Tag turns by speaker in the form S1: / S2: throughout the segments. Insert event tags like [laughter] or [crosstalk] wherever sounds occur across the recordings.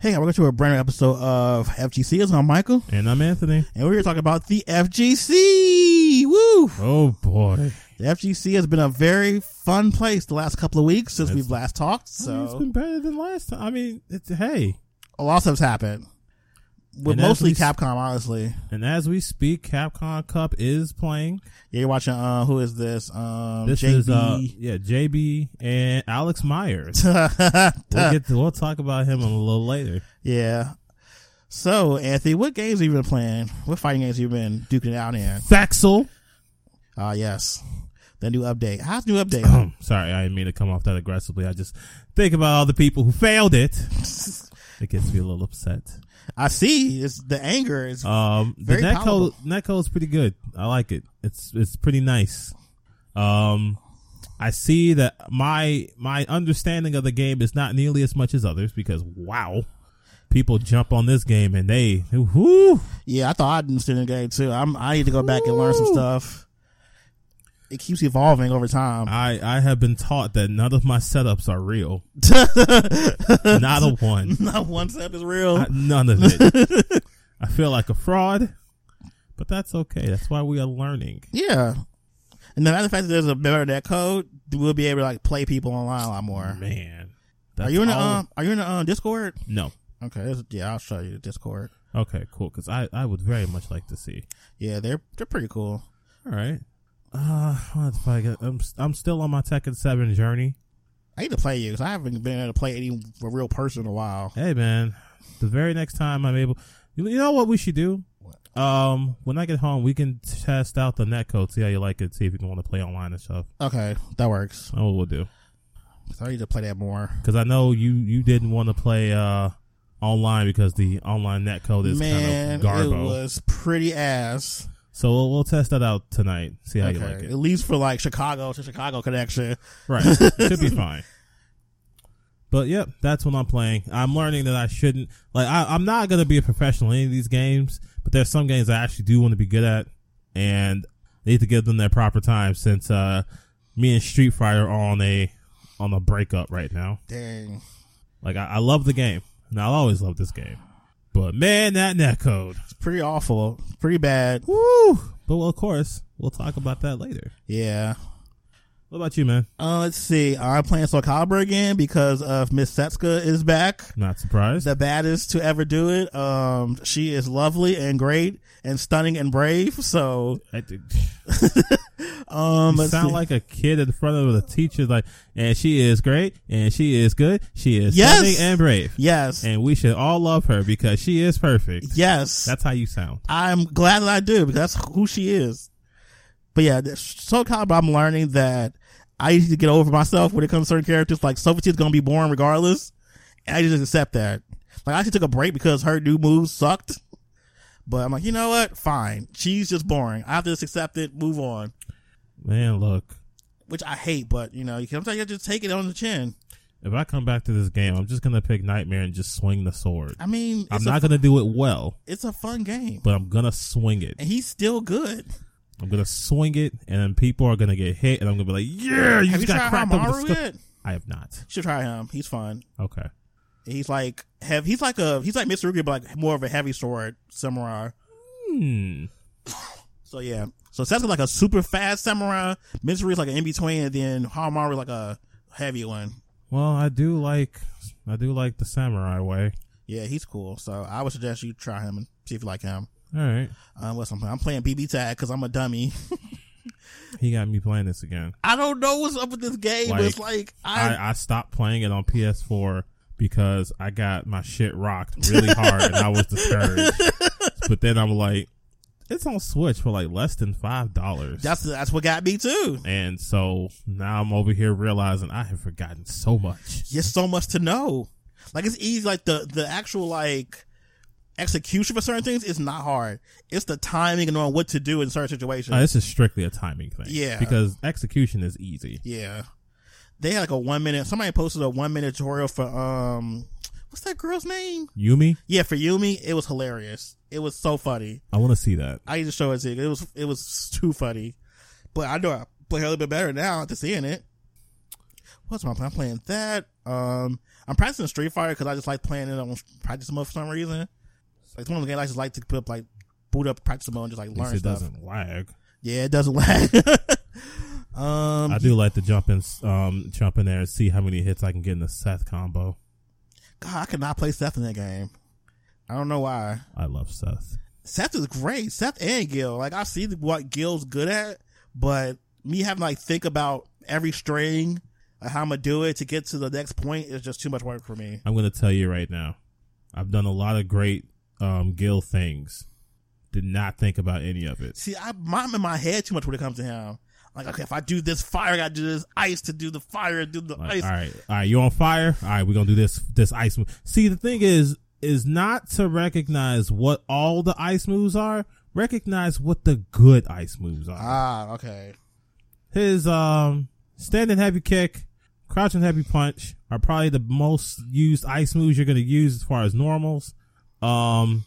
S1: Hey, welcome to a brand new episode of FGC. It's on Michael,
S2: And I'm Anthony.
S1: and we're here talking about the FGC. Woo!
S2: Oh boy,
S1: The FGC has been a very fun place the last couple of weeks since we've last talked.
S2: I mean, it's
S1: So
S2: been better than last time. I mean, it's hey,
S1: a lot of stuff's happened, with
S2: And as
S1: mostly
S2: we s-
S1: Capcom. Honestly,
S2: and as we speak, Capcom Cup is playing.
S1: yeah, you're watching. Uh, who is this? Um,
S2: This
S1: JB.
S2: is uh, yeah, JB and Alex Myers. we'll get to, we'll talk about him a little later.
S1: yeah. So, Anthony, what games have you been playing? What fighting games have you been duking it out in?
S2: Faxel.
S1: Ah, yes, the new update. How's the new update?
S2: [clears throat] Um, Sorry, I didn't mean to come off that aggressively. I just think about all the people who failed it. It gets me a little upset.
S1: I see. It's the anger. It's
S2: Um, the
S1: Very
S2: netcode
S1: palatable.
S2: netcode is pretty good. I like it. It's it's pretty nice. Um, I see that my my understanding of the game is not nearly as much as others because wow, people jump on this game and they whoo.
S1: Yeah, I thought I didn't see the game too. I'm, I need to go back and learn some stuff. It keeps evolving over time.
S2: I I have been taught that none of my setups are real. not a one.
S1: [laughs] Not one step is real.
S2: I- none of it. I feel like a fraud, but that's okay. That's why we are learning.
S1: yeah. And then the fact that there's a better that code, we'll be able to like play people online a lot more.
S2: Man,
S1: Are
S2: that's
S1: you in the
S2: all-
S1: um, are you in the um, Discord?
S2: no.
S1: Okay, there's- yeah, I'll show you the Discord.
S2: Okay, cool. Because I, I would very much like to see.
S1: Yeah, they're they're pretty cool.
S2: All right. Uh, what if I get, I'm I'm still on my Tekken Seven journey.
S1: I need to play you because I haven't been able to play any real person in a while.
S2: Hey man, the very next time I'm able, you, you know what we should do? Um, when I get home, we can test out the netcode, see how you like it, see if you want to play online and stuff.
S1: Okay, that works.
S2: That's what we'll do.
S1: So I need to play that more.
S2: Because I know you you didn't want to play uh online because the online netcode is
S1: Man,
S2: kind of
S1: it
S2: garbo.
S1: was pretty ass.
S2: so we'll, we'll test that out tonight. See how you like it.
S1: At least for like Chicago to Chicago connection.
S2: Right. It should be fine. But yep, that's what I'm playing. I'm learning that I shouldn't like I, I'm not gonna be a professional in any of these games, but there's some games I actually do want to be good at and I need to give them their proper time since uh me and Street Fighter are on a on a breakup right now.
S1: Dang.
S2: Like I, I love the game. And I'll always love this game. But man, that netcode.
S1: It's pretty awful. Pretty bad.
S2: Woo! But well, of course, we'll talk about that later.
S1: Yeah.
S2: What about you, man?
S1: Uh, let's see. I'm playing Soul Calibur again because of Miss Setsuka is back.
S2: Not surprised.
S1: The baddest to ever do it. Um, she is lovely and great and stunning and brave. So, [laughs]
S2: I did-
S1: um,
S2: You
S1: let's
S2: sound
S1: see.
S2: like a kid in front of the teacher, like, and she is great, and she is good, she is
S1: Yes!
S2: stunning and brave,
S1: yes,
S2: and we should all love her because she is perfect.
S1: yes.
S2: That's how you sound.
S1: I'm glad that I do because that's who she is. But yeah, th- Soul Calibur, I'm learning that I need to get over myself when it comes to certain characters. Like Sophie's gonna be boring regardless, and I just accept that. Like I actually took a break because her new moves sucked. But I'm like, you know what? Fine. She's just boring. I have to just accept it, move on.
S2: Man, look,
S1: Which I hate, but you know, you can- sometimes you have to just take it on the chin.
S2: if I come back to this game, I'm just gonna pick Nightmare and just swing the sword.
S1: I mean, it's,
S2: I'm
S1: a,
S2: not gonna do it well,
S1: it's a fun game.
S2: but I'm gonna swing it.
S1: And he's still good.
S2: I'm gonna swing it, and then people are gonna get hit, and I'm gonna be like, "Yeah, you just
S1: Have you
S2: got
S1: tried
S2: cracked over the
S1: Hamaru
S2: skull."
S1: yet? You
S2: I have not.
S1: should try him. He's fun.
S2: Okay,
S1: He's like have he's like a he's like Mr. Rugi, but like more of a heavy sword samurai.
S2: hmm.
S1: So yeah, so Sasuke's like a super fast samurai. Mitsuru is like an in between, and then Hamaru like a heavy one.
S2: Well, I do like, I do like the samurai way.
S1: Yeah, he's cool. So I would suggest you try him and see if you like him.
S2: All right.
S1: Um, what's I'm playing? I'm playing BB Tag because I'm a dummy. [laughs]
S2: He got me playing this again.
S1: I don't know what's up with this game. but it's like I,
S2: I, I stopped playing it on PS4 because I got my shit rocked really hard and I was
S1: [laughs]
S2: discouraged. But then I'm like, it's on Switch for like less than five dollars.
S1: that's that's what got me too.
S2: And so now I'm over here realizing I have forgotten so much.
S1: There's so much to know. Like it's easy. Like the the actual like execution for certain things is not hard. It's the timing and knowing what to do in certain situations.
S2: Uh, this is strictly a timing thing.
S1: Yeah.
S2: Because execution is easy.
S1: yeah, they had like a one minute. Somebody posted a one minute tutorial for um, what's that girl's name?
S2: Yumi,
S1: Yeah, for Yumi, it was hilarious. It was so funny.
S2: I want to see that.
S1: I used to show it to you. It was it was too funny, but I know I play a little bit better now after seeing it. What's my plan? I'm playing that. Um, I'm practicing Street Fighter because I just like playing it on practice mode for some reason. It's like it's one of the games I just like to put up, like boot up practice mode and just like
S2: At least
S1: learn
S2: it
S1: stuff.
S2: doesn't lag.
S1: Yeah, it doesn't [laughs] lag. um,
S2: I do like to jump in, um, jump in there and see how many hits I can get in the Seth combo.
S1: God, I cannot play Seth in that game. I don't know why.
S2: I love Seth.
S1: Seth is great. Seth and Gil. Like I see what Gil's good at, but me having to, like think about every string, like, how I'm gonna do it to get to the next point is just too much work for me.
S2: I'm gonna tell you right now. I've done a lot of great um Gil things. Did not think about any of it.
S1: See, I I'm in my head too much when it comes to him. Like, okay, if I do this fire, I gotta do this ice to do the fire, do the
S2: Like,
S1: ice.
S2: all right, all right, you're on fire. All right, we're gonna do this this ice move. See, the thing is, is not to recognize what all the ice moves are. Recognize what the good ice moves are.
S1: Ah, okay. [laughs]
S2: His um standing heavy kick, crouching heavy punch are probably the most used ice moves you're gonna use as far as normals. Um,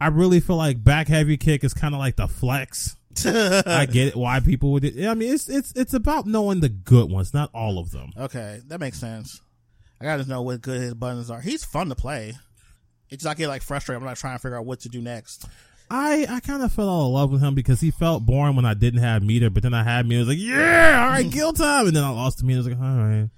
S2: I really feel like back heavy kick is kind of like the flex.
S1: Uh.
S2: I get it why people would. I mean, it's it's it's about knowing the good ones, not all of them.
S1: Okay, that makes sense. I gotta know what good his buttons are. He's fun to play. It's just I get like frustrated. I'm not trying to figure out what to do next.
S2: I, I kind of fell out of love with him because he felt boring when I didn't have meter, but then I had meter. I was like, yeah, all right, kill time, and then I lost to meter. I was like, all right,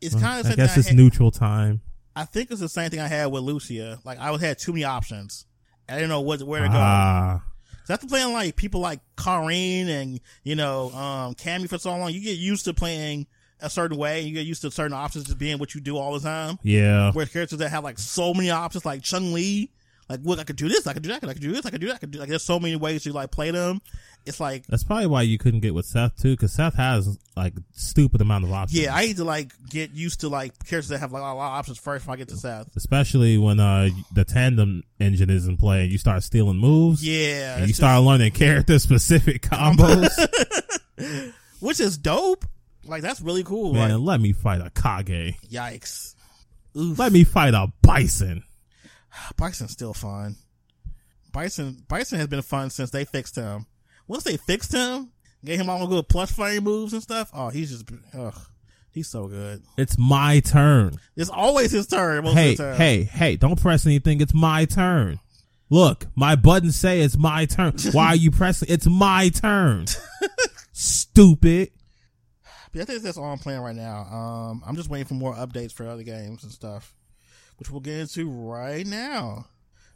S1: It's kind of
S2: I guess it's neutral time.
S1: I think it's the same thing I had with Lucia. Like I had too many options. I didn't know what where to go.
S2: Ah,
S1: so after playing like people like Kareen and you know um Cammy for so long, you get used to playing a certain way. You get used to certain options just being what you do all the time.
S2: yeah.
S1: Where characters that have like so many options, like Chung Li, like look, I could do this, I could do that, I could do this, I could do that, I could do like. There's so many ways to like play them. It's like
S2: That's probably why you couldn't get with Seth too, because Seth has like stupid amount of options.
S1: yeah, I need to like get used to like characters that have like a lot of options first. When I get to South,
S2: especially when uh the tandem engine is in play, and you start stealing moves.
S1: yeah,
S2: and you
S1: it's
S2: start learning character
S1: [laughs]
S2: specific combos.
S1: just- which is dope. Like that's really cool.
S2: Man,
S1: like,
S2: let me fight a Kage.
S1: Yikes.
S2: Let me fight a Bison.
S1: Bison's still fun. Bison Bison has been fun since they fixed him. Once they fixed him, gave him all the good plus flame moves and stuff, oh, he's just, ugh, he's so good.
S2: It's my turn.
S1: It's always his turn. Most
S2: hey,
S1: of the time.
S2: hey, hey, don't press anything. It's my turn. Look, my buttons say it's my
S1: [laughs]
S2: turn. Why are you pressing? It's my turn. Stupid.
S1: But I think that's all I'm playing right now. Um, I'm just waiting for more updates for other games and stuff, which we'll get into right now.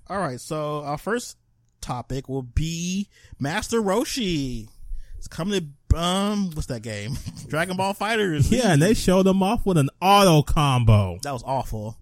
S1: All right, so our first topic will be Master Roshi. It's coming to um, what's that game? [laughs] Dragon Ball Fighters.
S2: Yeah, and they showed him off with an auto combo.
S1: that was awful.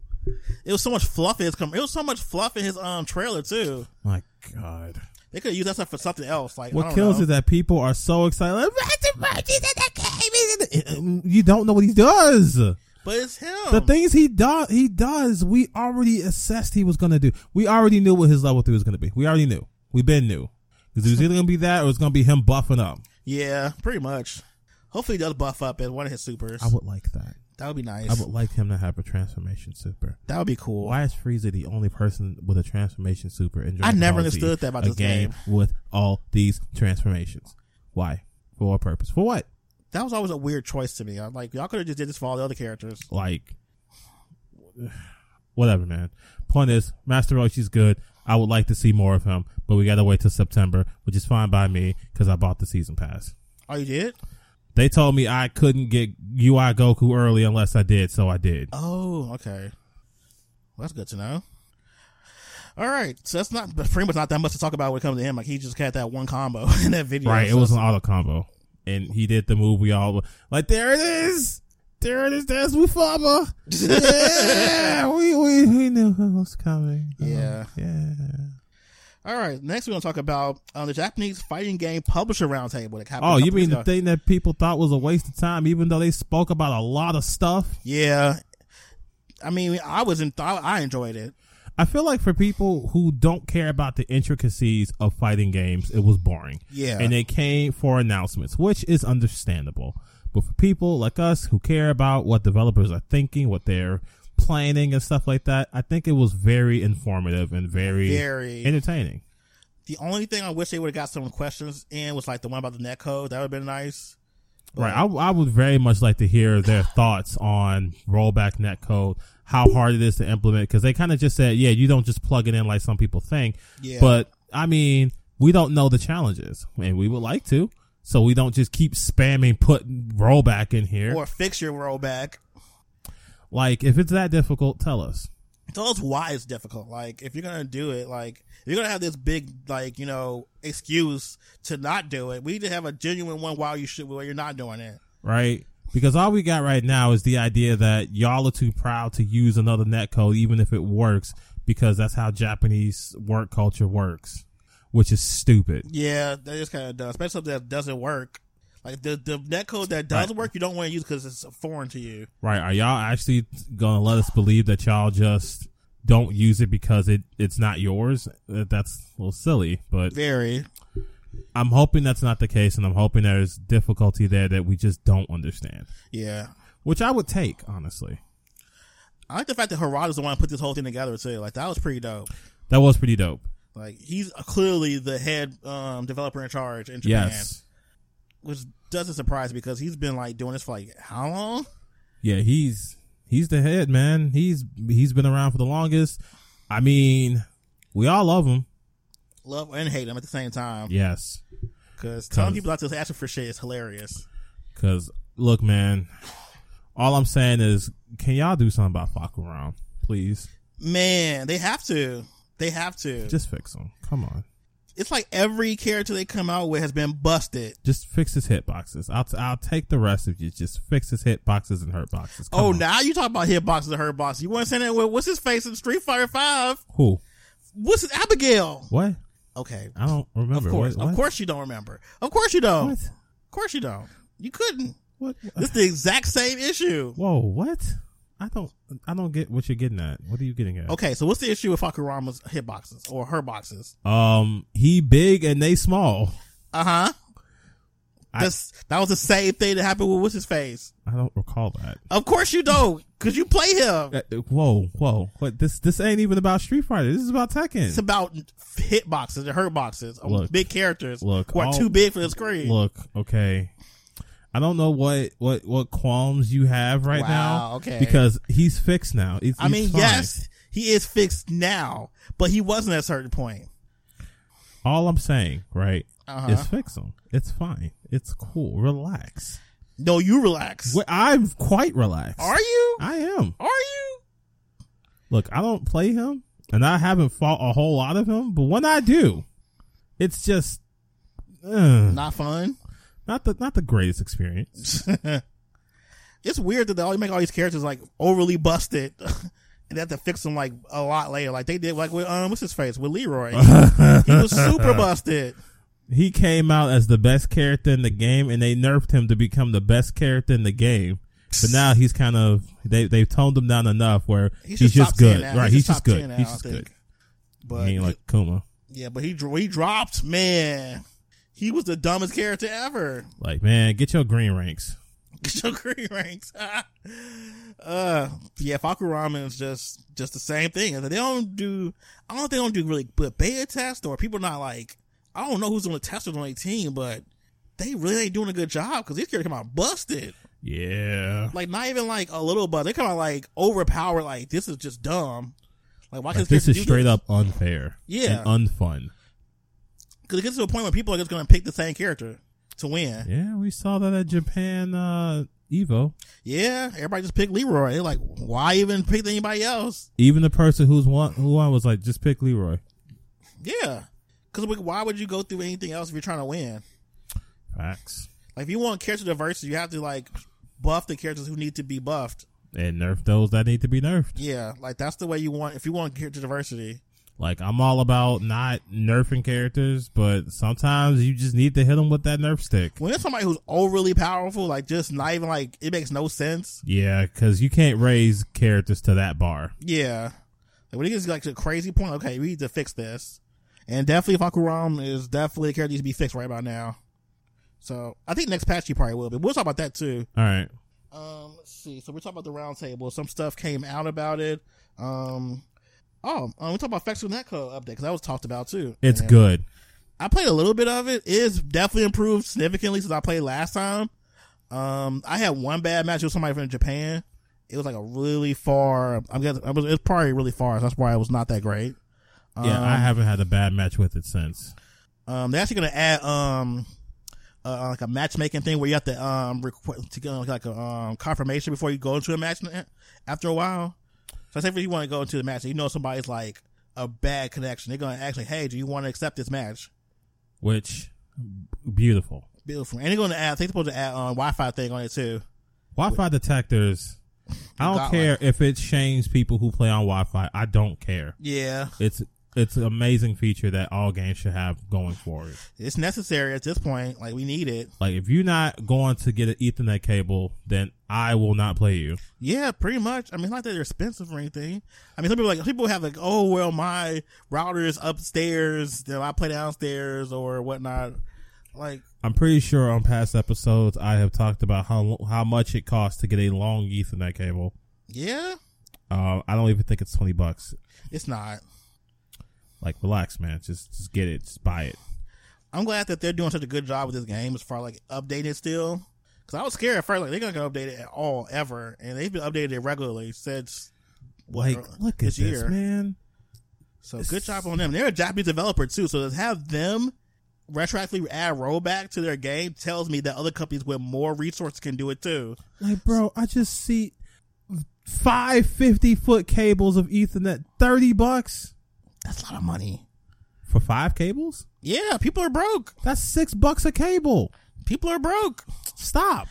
S1: It was so much fluff in his com- it was so much fluff in his um trailer too.
S2: My God.
S1: They could use that stuff for something else. Like I
S2: What
S1: don't
S2: kills
S1: know.
S2: is that people are so excited. Like, Master Rochi's in the game. You don't know what he does.
S1: But it's him.
S2: The things he does, he does. We already assessed he was gonna do. We already knew what his level three was gonna be. We already knew. We been knew because it was either gonna be that or it's gonna be him buffing up.
S1: yeah, pretty much. Hopefully he does buff up at one of his supers.
S2: I would like that.
S1: that would be nice.
S2: I would like him to have a transformation super.
S1: that would be cool.
S2: Why is Frieza the only person with a transformation super? In
S1: I
S2: Dragon
S1: never
S2: Ball Z,
S1: understood that about
S2: a
S1: this
S2: game, with all these transformations. Why? For what purpose? For what?
S1: That was always a weird choice to me. I'm like, y'all could have just did this for all the other characters.
S2: Like, whatever, man. Point is, Master Roshi's good. I would like to see more of him, but we gotta wait till September, which is fine by me because I bought the season pass.
S1: Oh, you did?
S2: They told me I couldn't get UI Goku early unless I did, so I did.
S1: Oh, okay. Well, that's good to know. All right, so that's not but pretty much not that much to talk about when it comes to him. Like he just had that one combo [laughs] in that video.
S2: Right, it
S1: So
S2: was an auto combo, and he did the move we all like. There it is. There it is. There's
S1: [laughs]
S2: Mufama. yeah, we we we knew who was coming.
S1: Yeah.
S2: yeah.
S1: All right, next we're gonna talk about uh, the Japanese fighting game publisher roundtable. That happened a
S2: Oh, you mean
S1: couple weeks
S2: the
S1: ago.
S2: thing that people thought was a waste of time, even though they spoke about a lot of stuff.
S1: Yeah, I mean, I was in. I, I enjoyed it.
S2: I feel like for people who don't care about the intricacies of fighting games, it was boring.
S1: Yeah.
S2: And they came for announcements, which is understandable. But for people like us who care about what developers are thinking, what they're planning and stuff like that, I think it was very informative and very,
S1: Very.
S2: entertaining.
S1: The only thing I wish they would have got some questions in was like the one about the net code. That would have been nice.
S2: Right. I, I would very much like to hear
S1: [sighs]
S2: their thoughts on rollback netcode, how hard it is to implement, because they kind of just said, yeah, you don't just plug it in like some people think.
S1: Yeah.
S2: But I mean, we don't know the challenges, and we would like to. So we don't just keep spamming putting rollback in here.
S1: Or fix your rollback.
S2: like, if it's that difficult, tell us.
S1: Tell us why it's difficult. Like, if you're gonna do it, like if you're gonna have this big, like you know, excuse to not do it. We need to have a genuine one while you should, while you're not doing it.
S2: right? Because all we got right now is the idea that y'all are too proud to use another netcode, even if it works, because that's how Japanese work culture works, which is stupid.
S1: Yeah, that is kind of dumb, especially something that doesn't work. Like the the net code that does work, you don't want to use because it's foreign to you.
S2: Right? Are y'all actually gonna let us believe that y'all just don't use it because it it's not yours? Uh, That's a little silly, but
S1: Very.
S2: I'm hoping that's not the case, and I'm hoping there's difficulty there that we just don't understand,
S1: Yeah.
S2: which I would take honestly.
S1: I like the fact that Harada's the one who put this whole thing together too. Like that was pretty dope.
S2: That was pretty dope.
S1: Like he's clearly the head um, developer in charge in Japan,
S2: Yes.
S1: which doesn't surprise me because he's been like doing this for like how long?
S2: Yeah, he's he's the head man. He's he's been around for the longest. I mean, we all love him.
S1: Love and hate him at the same time
S2: Yes,
S1: because telling
S2: 'Cause-
S1: people out to asking for shit is hilarious.
S2: because look, man. All I'm saying is, can y'all do something about Fakuram, please?
S1: Man, they have to. They have to.
S2: Just fix him. Come on,
S1: it's like every character they come out with has been busted.
S2: just fix his hitboxes. I'll t- I'll take the rest of you. Just fix his hitboxes and hurt boxes. Come
S1: oh,
S2: on.
S1: now you talk about hitboxes and her box. You want to send it with what's his face in Street Fighter Five?
S2: who?
S1: What's his Abigail?
S2: What?
S1: Okay,
S2: I don't remember.
S1: of course,
S2: What-
S1: of
S2: what?
S1: course you don't remember. Of course you don't.
S2: What?
S1: Of course you don't. You couldn't.
S2: What?
S1: It's the exact same issue.
S2: Whoa! What? I don't. I don't get what you're getting at. What are you getting at?
S1: Okay, so what's the issue with Fakurama's hitboxes or her boxes?
S2: Um, he big and they small.
S1: Uh huh.
S2: I-
S1: That's that was the same thing that happened with what's his face.
S2: I don't recall that.
S1: Of course you don't, cause you play him.
S2: Uh, Whoa, whoa! What this? This ain't even about Street Fighter. This is about Tekken.
S1: It's about hitboxes and her boxes, of
S2: Look.
S1: big characters
S2: Look,
S1: who are
S2: all-
S1: too big for the screen.
S2: Look, okay. I don't know what what what qualms you have right
S1: Wow,
S2: now.
S1: okay.
S2: because he's fixed now. He's-
S1: I mean,
S2: he's fine.
S1: yes, he is fixed now, but he wasn't at a certain point.
S2: All I'm saying, right,
S1: Uh-huh.
S2: is fix him. It's fine. It's cool. Relax.
S1: No, you relax.
S2: Wh- I'm quite relaxed.
S1: Are you?
S2: I am.
S1: Are you?
S2: Look, I don't play him, and I haven't fought a whole lot of him. But when I do, it's just uh,
S1: Not fun.
S2: not the not the greatest experience.
S1: It's weird that they always make all these characters like overly busted, [laughs] and they have to fix them like a lot later. Like they did, like with um, what's his face with Leroy. he was
S2: [laughs]
S1: super busted.
S2: he came out as the best character in the game and they nerfed him to become the best character in the game. But now he's kind of they they've toned him down enough where
S1: He
S2: he's
S1: should
S2: just
S1: stop saying
S2: good.
S1: that.
S2: Right,
S1: He
S2: he's
S1: should
S2: just
S1: stop saying
S2: good.
S1: that,
S2: He's
S1: I
S2: just
S1: think.
S2: good.
S1: But
S2: He ain't like Kuma.
S1: yeah, but he dro- he dropped man. He was the dumbest character ever. [laughs]
S2: Like, man, get your green ranks.
S1: Get your green ranks. [laughs] uh, yeah, Fakuramen is just just the same thing. They don't do. I don't think they don't do really good beta test or people not like. I don't know who's doing the testers on their team, but they really ain't doing a good job because these characters come out busted.
S2: Yeah.
S1: Like not even like a little bust. They come out like overpowered. Like this is just dumb. Like why
S2: Like,
S1: can't
S2: this
S1: character
S2: is
S1: do
S2: straight up unfair.
S1: Yeah.
S2: And unfun.
S1: Because it gets to a point where people are just gonna pick the same character to win.
S2: Yeah, we saw that at Japan uh Evo.
S1: Yeah, everybody just picked Leroy. They're like, why even pick anybody else?
S2: Even the person who's one who won was like, just pick Leroy.
S1: Yeah, because why would you go through anything else if you're trying to win?
S2: Facts.
S1: Like, if you want character diversity, you have to like buff the characters who need to be buffed.
S2: And nerf those that need to be nerfed.
S1: Yeah, like that's the way you want. If you want character diversity,
S2: Like I'm all about not nerfing characters, but sometimes you just need to hit them with that nerf stick.
S1: when it's somebody who's overly powerful, like just not even like it makes no sense.
S2: Yeah, because you can't raise characters to that bar.
S1: Yeah, like when it gets like to a crazy point, okay, we need to fix this. And definitely, Fakuram is definitely a character that needs to be fixed right about now. So I think next patch you probably will, but we'll talk about that too.
S2: All right.
S1: Um, let's see. So we're talking about the round table. Some stuff came out about it. Um, oh, um, we talk about Factual Netco update because that was talked about too.
S2: It's
S1: And
S2: good.
S1: I played a little bit of it. It's definitely improved significantly since I played last time. Um, I had one bad match with somebody from Japan. It was like a really far. I'm guessing it was, it was probably really far. So that's why it was not that great.
S2: yeah, I
S1: Um,
S2: haven't had a bad match with it since.
S1: Um, they're actually gonna add um, uh, like a matchmaking thing where you have to um request to get like a um confirmation before you go into a match. na- After a while, so say if you want to go into the match, and you know somebody's like a bad connection, they're gonna actually, hey, do you want to accept this match?
S2: Which beautiful.
S1: Beautiful, and they're gonna add. I think they're supposed to add um Wi-Fi thing on it too.
S2: Wi-Fi detectors. I don't
S1: Got
S2: care if it shames people who play on Wi-Fi. I don't care.
S1: Yeah,
S2: It's it's an amazing feature that all games should have going forward.
S1: it's necessary at this point. Like we need it.
S2: Like if you're not going to get an Ethernet cable, then I will not play you.
S1: Yeah, pretty much. I mean, it's not that they're expensive or anything. I mean, some people like people have like, oh well, my router is upstairs, then I play downstairs or whatnot. Like,
S2: I'm pretty sure on past episodes I have talked about how how much it costs to get a long Ethernet cable.
S1: yeah,
S2: Uh, I don't even think it's twenty bucks.
S1: it's not.
S2: Like relax, man. Just just get it. Just buy it.
S1: I'm glad that they're doing such a good job with this game as far like updating it still. Because I was scared at first, like they're not gonna update it at all ever, and they've been updating it regularly since.
S2: Like
S1: uh,
S2: look at this, man.
S1: So good job on them. They're a Japanese developer too, so to have them retroactively add rollback to their game tells me that other companies with more resources can do it too.
S2: Like, bro, I just see five 50 foot cables of Ethernet, 30 bucks
S1: That's a lot of money.
S2: for five cables?
S1: Yeah, people are broke.
S2: That's six bucks a cable.
S1: People are broke. [laughs]
S2: Stop.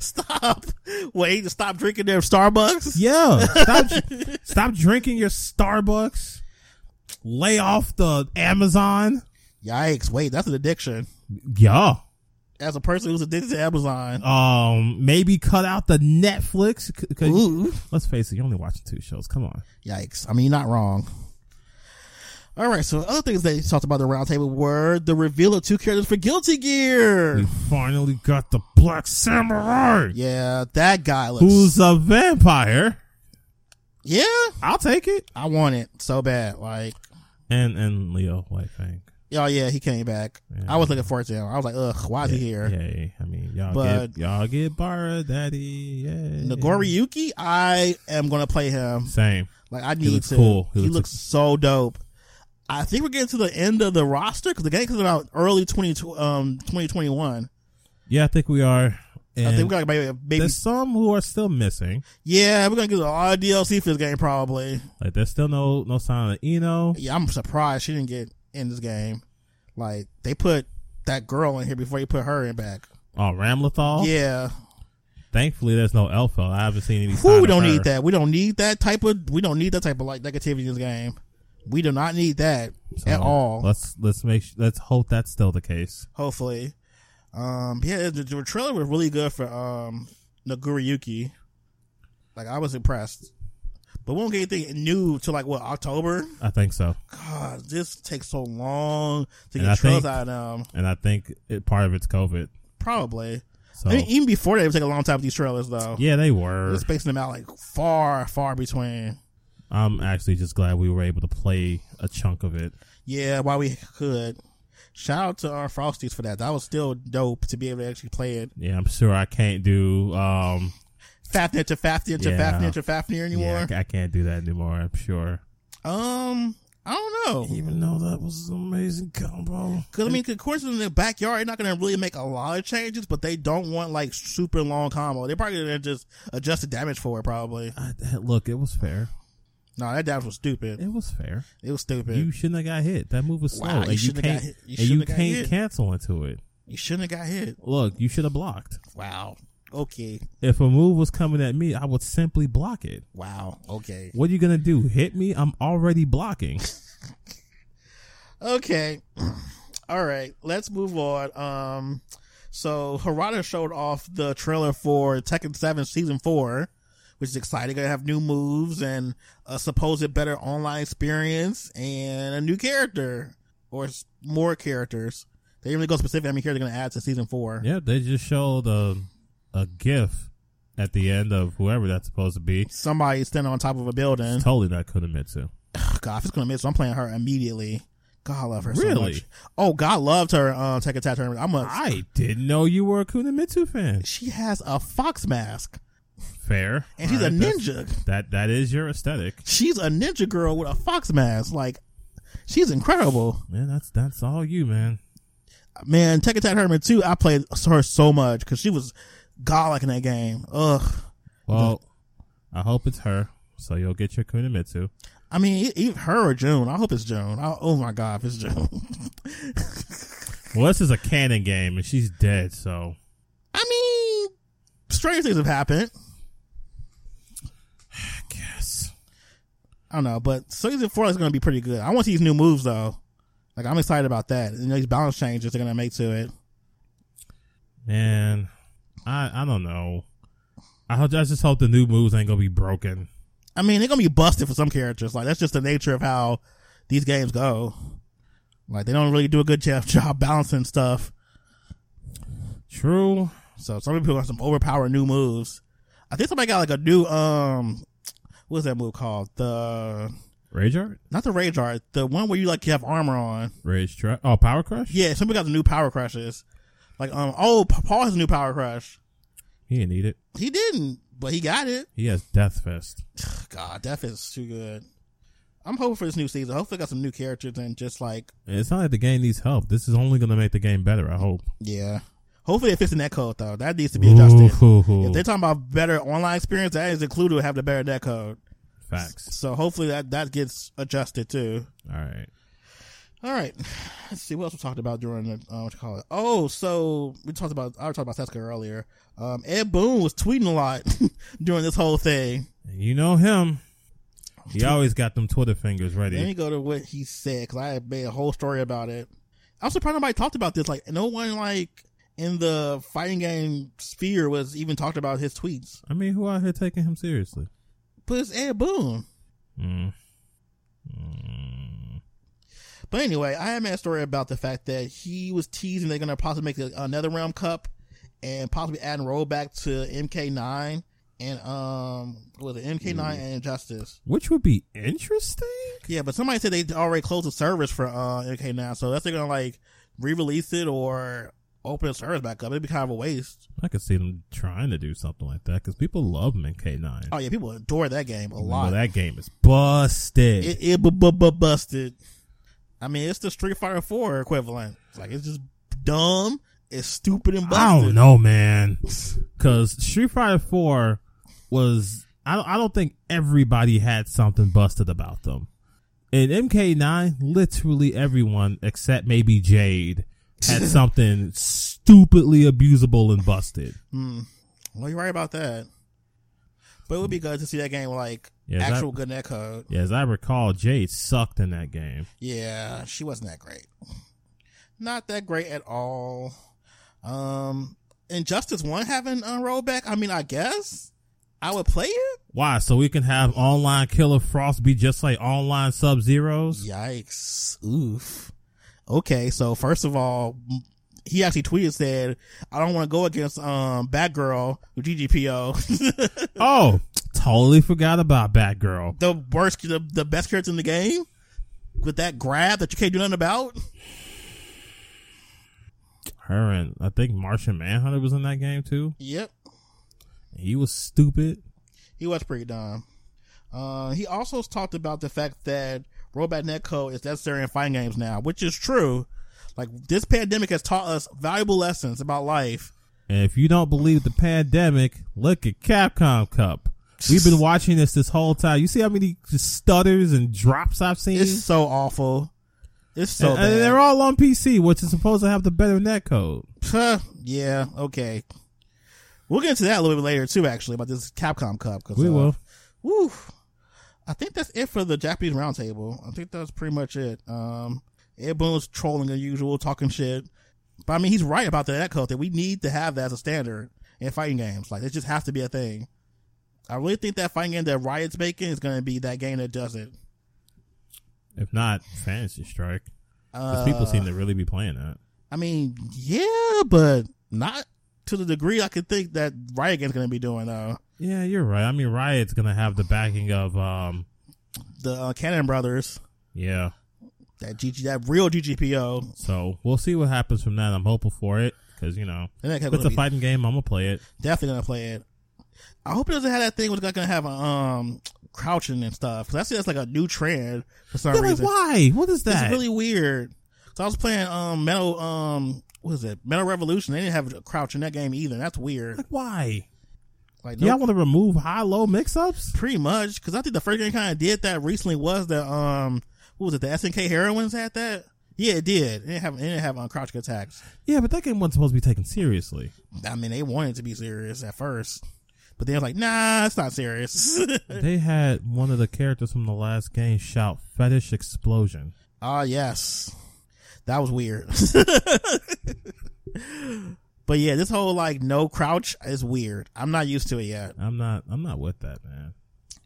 S1: Stop. Wait, stop drinking their Starbucks.
S2: Yeah. Stop, [laughs] stop drinking your Starbucks. Lay off the Amazon.
S1: Yikes. Wait, that's an addiction.
S2: Yeah.
S1: As a person who's addicted to Amazon.
S2: Um, maybe cut out the Netflix. c- 'cause-
S1: Ooh.
S2: let's face it, you're only watching two shows. Come on.
S1: Yikes. I mean, you're not wrong. All right, so other things they talked about at the roundtable were the reveal of two characters for Guilty Gear.
S2: We finally got the Black Samurai,
S1: Yeah, that guy looks.
S2: who's a vampire.
S1: yeah,
S2: I'll take it.
S1: I want it so bad. Like,
S2: and and Leo White Fang.
S1: oh yeah, he came back. I was looking forward to him. I was like, ugh, why is he here?
S2: Yay! I mean, y'all
S1: But-
S2: get y'all get Bara Daddy. Yay!
S1: Nagori Yuki, I am gonna play him.
S2: Same.
S1: Like I need
S2: looks
S1: to.
S2: cool.
S1: He,
S2: He
S1: looks
S2: looks-
S1: so dope. I think we're getting to the end of the roster because the game comes out early 20, um, 2021.
S2: Yeah, I think we are. And
S1: I think we're gonna maybe, maybe
S2: there's some who are still missing.
S1: yeah, we're gonna get a lot of DLC for this game probably.
S2: Like there's still no no sign of Eno.
S1: Yeah, I'm surprised she didn't get in this game. Like they put that girl in here before you put her in back.
S2: Oh, Ramlethal.
S1: Yeah,
S2: Thankfully, there's no Elfo. I haven't seen any.
S1: Whew,
S2: sign
S1: we
S2: of
S1: don't
S2: her.
S1: need that. We don't need that type of we don't need that type of like negativity in this game. We do not need that
S2: So,
S1: at all.
S2: Let's let's make su- let's hope that's still the case.
S1: hopefully. Um, yeah, the, the trailer was really good for um Naguri Yuki. Like I was impressed, but we won't get anything new till like what October.
S2: I think so,
S1: God, this takes so long to
S2: And
S1: get
S2: I
S1: trailers
S2: think-
S1: out. Um,
S2: and I think it, part of it's COVID.
S1: probably.
S2: So
S1: I mean, even before that, it would take a long time with these trailers though.
S2: yeah, they were.
S1: We're spacing them out like far, far between.
S2: I'm actually just glad we were able to play a chunk of it.
S1: Yeah, while we could. Shout out to our Frosties for that. That was still dope to be able to actually play it.
S2: Yeah, I'm sure I can't do. Um,
S1: Fafnir to Fafnir to
S2: Yeah.
S1: Fafnir to Fafnir anymore.
S2: yeah, I, I can't do that anymore. I'm sure.
S1: Um, I don't know.
S2: Even though that was an amazing combo.
S1: Because, I mean, 'cause of course, in the backyard, they're not going to really make a lot of changes, but they don't want like super long combo. They're probably going to just adjust the damage for it, probably.
S2: I, look, it was fair.
S1: No, that damage was stupid.
S2: It was fair.
S1: It was stupid.
S2: You
S1: You,
S2: shouldn't have got hit. That move was slow.
S1: Wow, you
S2: and you
S1: shouldn't have
S2: can't,
S1: got hit.
S2: and
S1: You
S2: you
S1: shouldn't have got
S2: can't
S1: hit.
S2: cancel into it.
S1: shouldn't have got hit.
S2: Look, you should have blocked.
S1: Wow. Okay.
S2: If a move was coming at me, I would simply block it.
S1: Wow. Okay.
S2: What are you gonna do? Hit me? I'm already blocking.
S1: Okay. [clears throat] All right. Let's move on. Um, so Harada showed off the trailer for Tekken 7 Season 4, which is exciting. Gonna have new moves and a supposed better online experience and a new character or s- more characters. They didn't really go specific how many characters they're going to add to Season 4.
S2: [laughs] yeah, they just showed a a gif at the end of whoever that's supposed to be.
S1: Somebody standing on top of a building.
S2: Totally not Kunimitsu.
S1: God, if it's gonna miss, I'm playing her immediately. God, I love her so
S2: Really?
S1: much. Oh, God loved her. Uh, Tekken Tag Tournament. I'm a.
S2: I [laughs] didn't know you were a Kunimitsu fan.
S1: she has a fox mask,
S2: Fair.
S1: and she's
S2: All
S1: a
S2: right, that's-
S1: ninja.
S2: That that is your aesthetic.
S1: She's a ninja girl with a fox mask. Like, she's incredible,
S2: Man, that's that's all you, man.
S1: man. Tekken Tag Tournament too. I played her so much because she was godlike in that game. Ugh.
S2: Well, I hope it's her, so you'll get your Kunimitsu.
S1: I mean, e- e- her or June. I hope it's June. I, oh my God, if it's June. [laughs]
S2: Well, this is a canon game, and she's dead, so
S1: I mean, strange things have happened.
S2: I guess.
S1: I don't know, but season four is going to be pretty good. I want to see these new moves though. Like I'm excited about that. And these balance changes they're going to make to it.
S2: Man, I I don't know. I hope, I just hope the new moves ain't gonna be broken.
S1: I mean, they're going to be busted for some characters. Like that's just the nature of how these games go. Like they don't really do a good [laughs] job, job balancing stuff.
S2: True.
S1: So some people have some overpowered new moves. I think somebody got like a new um, what's that move called? The
S2: Rage art,
S1: not the rage art, the one where you like you have armor on.
S2: rage trap. Oh, power crush.
S1: Yeah, somebody got the new power crushes. Like um, oh, Pa- Paul has a new power crush.
S2: He didn't need it.
S1: He didn't, but he got it. [sighs]
S2: He has death fist.
S1: God, that is too good. I'm hoping for this new season. Hopefully, got some new characters and just like,
S2: It's not like the game needs help. This is only gonna make the game better. I hope.
S1: yeah. Hopefully, they're fixing that code though. That needs to be adjusted.
S2: Ooh,
S1: If they're talking about better online experience, that is included to have the better net code.
S2: Facts.
S1: So hopefully that that gets adjusted too.
S2: All right.
S1: All right, let's see what else we talked about during the uh, what you call it. Oh, so we talked about I talked about Sasuke earlier. Um, Ed Boone was tweeting a lot [laughs] during this whole thing.
S2: And you know him. He always got them Twitter fingers
S1: Let me
S2: ready.
S1: go to what he said because I had made a whole story about it. I'm surprised nobody talked about this. Like no one like in the fighting game sphere was even talked about his tweets.
S2: I mean, who out here taking him seriously?
S1: But it's Ed Boon.
S2: Mm. Mm.
S1: But anyway, I had made a story about the fact that he was teasing they're gonna possibly make a- another Realm Cup and possibly adding rollback to MK9 and um was it MK9 and Injustice.
S2: Which would be interesting.
S1: Yeah, but somebody said they already closed the service for uh, MK9, so that's they're gonna like re-release it or open the service back up. It'd be kind of a waste.
S2: I could see them trying to do something like that because people love him in K9.
S1: Oh yeah, people adore that game a
S2: Even though
S1: lot.
S2: that game is busted.
S1: it it bu- bu- bu- busted. I mean, it's the Street Fighter Four equivalent. It's like it's just dumb, it's stupid and busted.
S2: I don't know, man. Because Street Fighter 4 was. I don't, I don't think everybody had something busted about them. In MK9, literally everyone except maybe Jade had [laughs] something stupidly abusable and busted.
S1: Hmm. Well, you're right about that. But it would be good to see that game with, like
S2: Yeah, that-
S1: actual good net code.
S2: Yeah, as I recall, Jade sucked in that game.
S1: Yeah, she wasn't that great. Not that great at all. Um, Injustice One having a rollback. I mean, I guess I would play it.
S2: Why? So we can have online Killer Frost be just like online Sub Zeros?
S1: Yikes. Oof. Okay, so first of all, m- he actually tweeted said, I don't want to go against um Batgirl with GGPO.
S2: Oh, totally forgot about Batgirl.
S1: [laughs] the worst the, the best character in the game with that grab that you can't do nothing about.
S2: Her and I think Martian Manhunter was in that game too.
S1: Yep.
S2: He was stupid.
S1: He was pretty dumb. Uh, he also talked about the fact that rollback netcode is necessary in fighting games now, which is true. Like this pandemic has taught us valuable lessons about life.
S2: And if you don't believe the pandemic, look at Capcom Cup. We've been watching this this whole time. You see how many just stutters and drops I've seen?
S1: It's so awful. It's so
S2: and, and
S1: bad.
S2: they're all on PC, which is supposed to have the better netcode.
S1: Huh, yeah, okay. We'll get into that a little bit later too, actually, about this Capcom Cup. 'cause,
S2: We
S1: uh,
S2: will.
S1: Woo. I think that's it for the Japanese roundtable. I think that's pretty much it. Um, Ed Boon was trolling as usual, talking shit. But I mean, he's right about the that code that we need to have that as a standard in fighting games. Like, it just has to be a thing. I really think that fighting game that Riot's making is going to be that game that does it.
S2: If not, Fantasy Strike. Because
S1: Uh,
S2: people seem to really be playing that.
S1: I mean, yeah, but not to the degree I could think that Riot Game's going to be doing. Uh,
S2: Yeah, you're right. I mean, Riot's going to have the backing of, um,
S1: the uh, Cannon Brothers,
S2: yeah.
S1: that GG, that real GGPO.
S2: So we'll see what happens from that. I'm hopeful for it. Because, you know,
S1: And that
S2: if it's
S1: kept
S2: a
S1: gonna be-
S2: fighting game, I'm going to play it.
S1: definitely gonna play it. I hope it doesn't have that thing where it's not gonna have a um crouching and stuff. Cause I see that's like a new trend for some
S2: They're like,
S1: reason.
S2: why? What is that?
S1: It's really weird. So I was playing um Metal um what is it Metal Revolution. They didn't have a crouch in that game either. That's weird.
S2: Like, why?
S1: Like
S2: Y'all
S1: no,
S2: want to remove high-low mix-ups?
S1: pretty much because I think the first game kind of did that recently was the um what was it the SNK Heroines had that. Yeah, it did. It didn't have it didn't have um, crouch attacks.
S2: Yeah, but that game wasn't supposed to be taken seriously.
S1: I mean, they wanted to be serious at first, but then it was like, nah, it's not serious. [laughs]
S2: they had one of the characters from the last game shout fetish explosion.
S1: Ah, yes. That was weird. [laughs] but yeah, this whole like no crouch is weird. I'm not used to it yet.
S2: I'm not I'm not with that, man.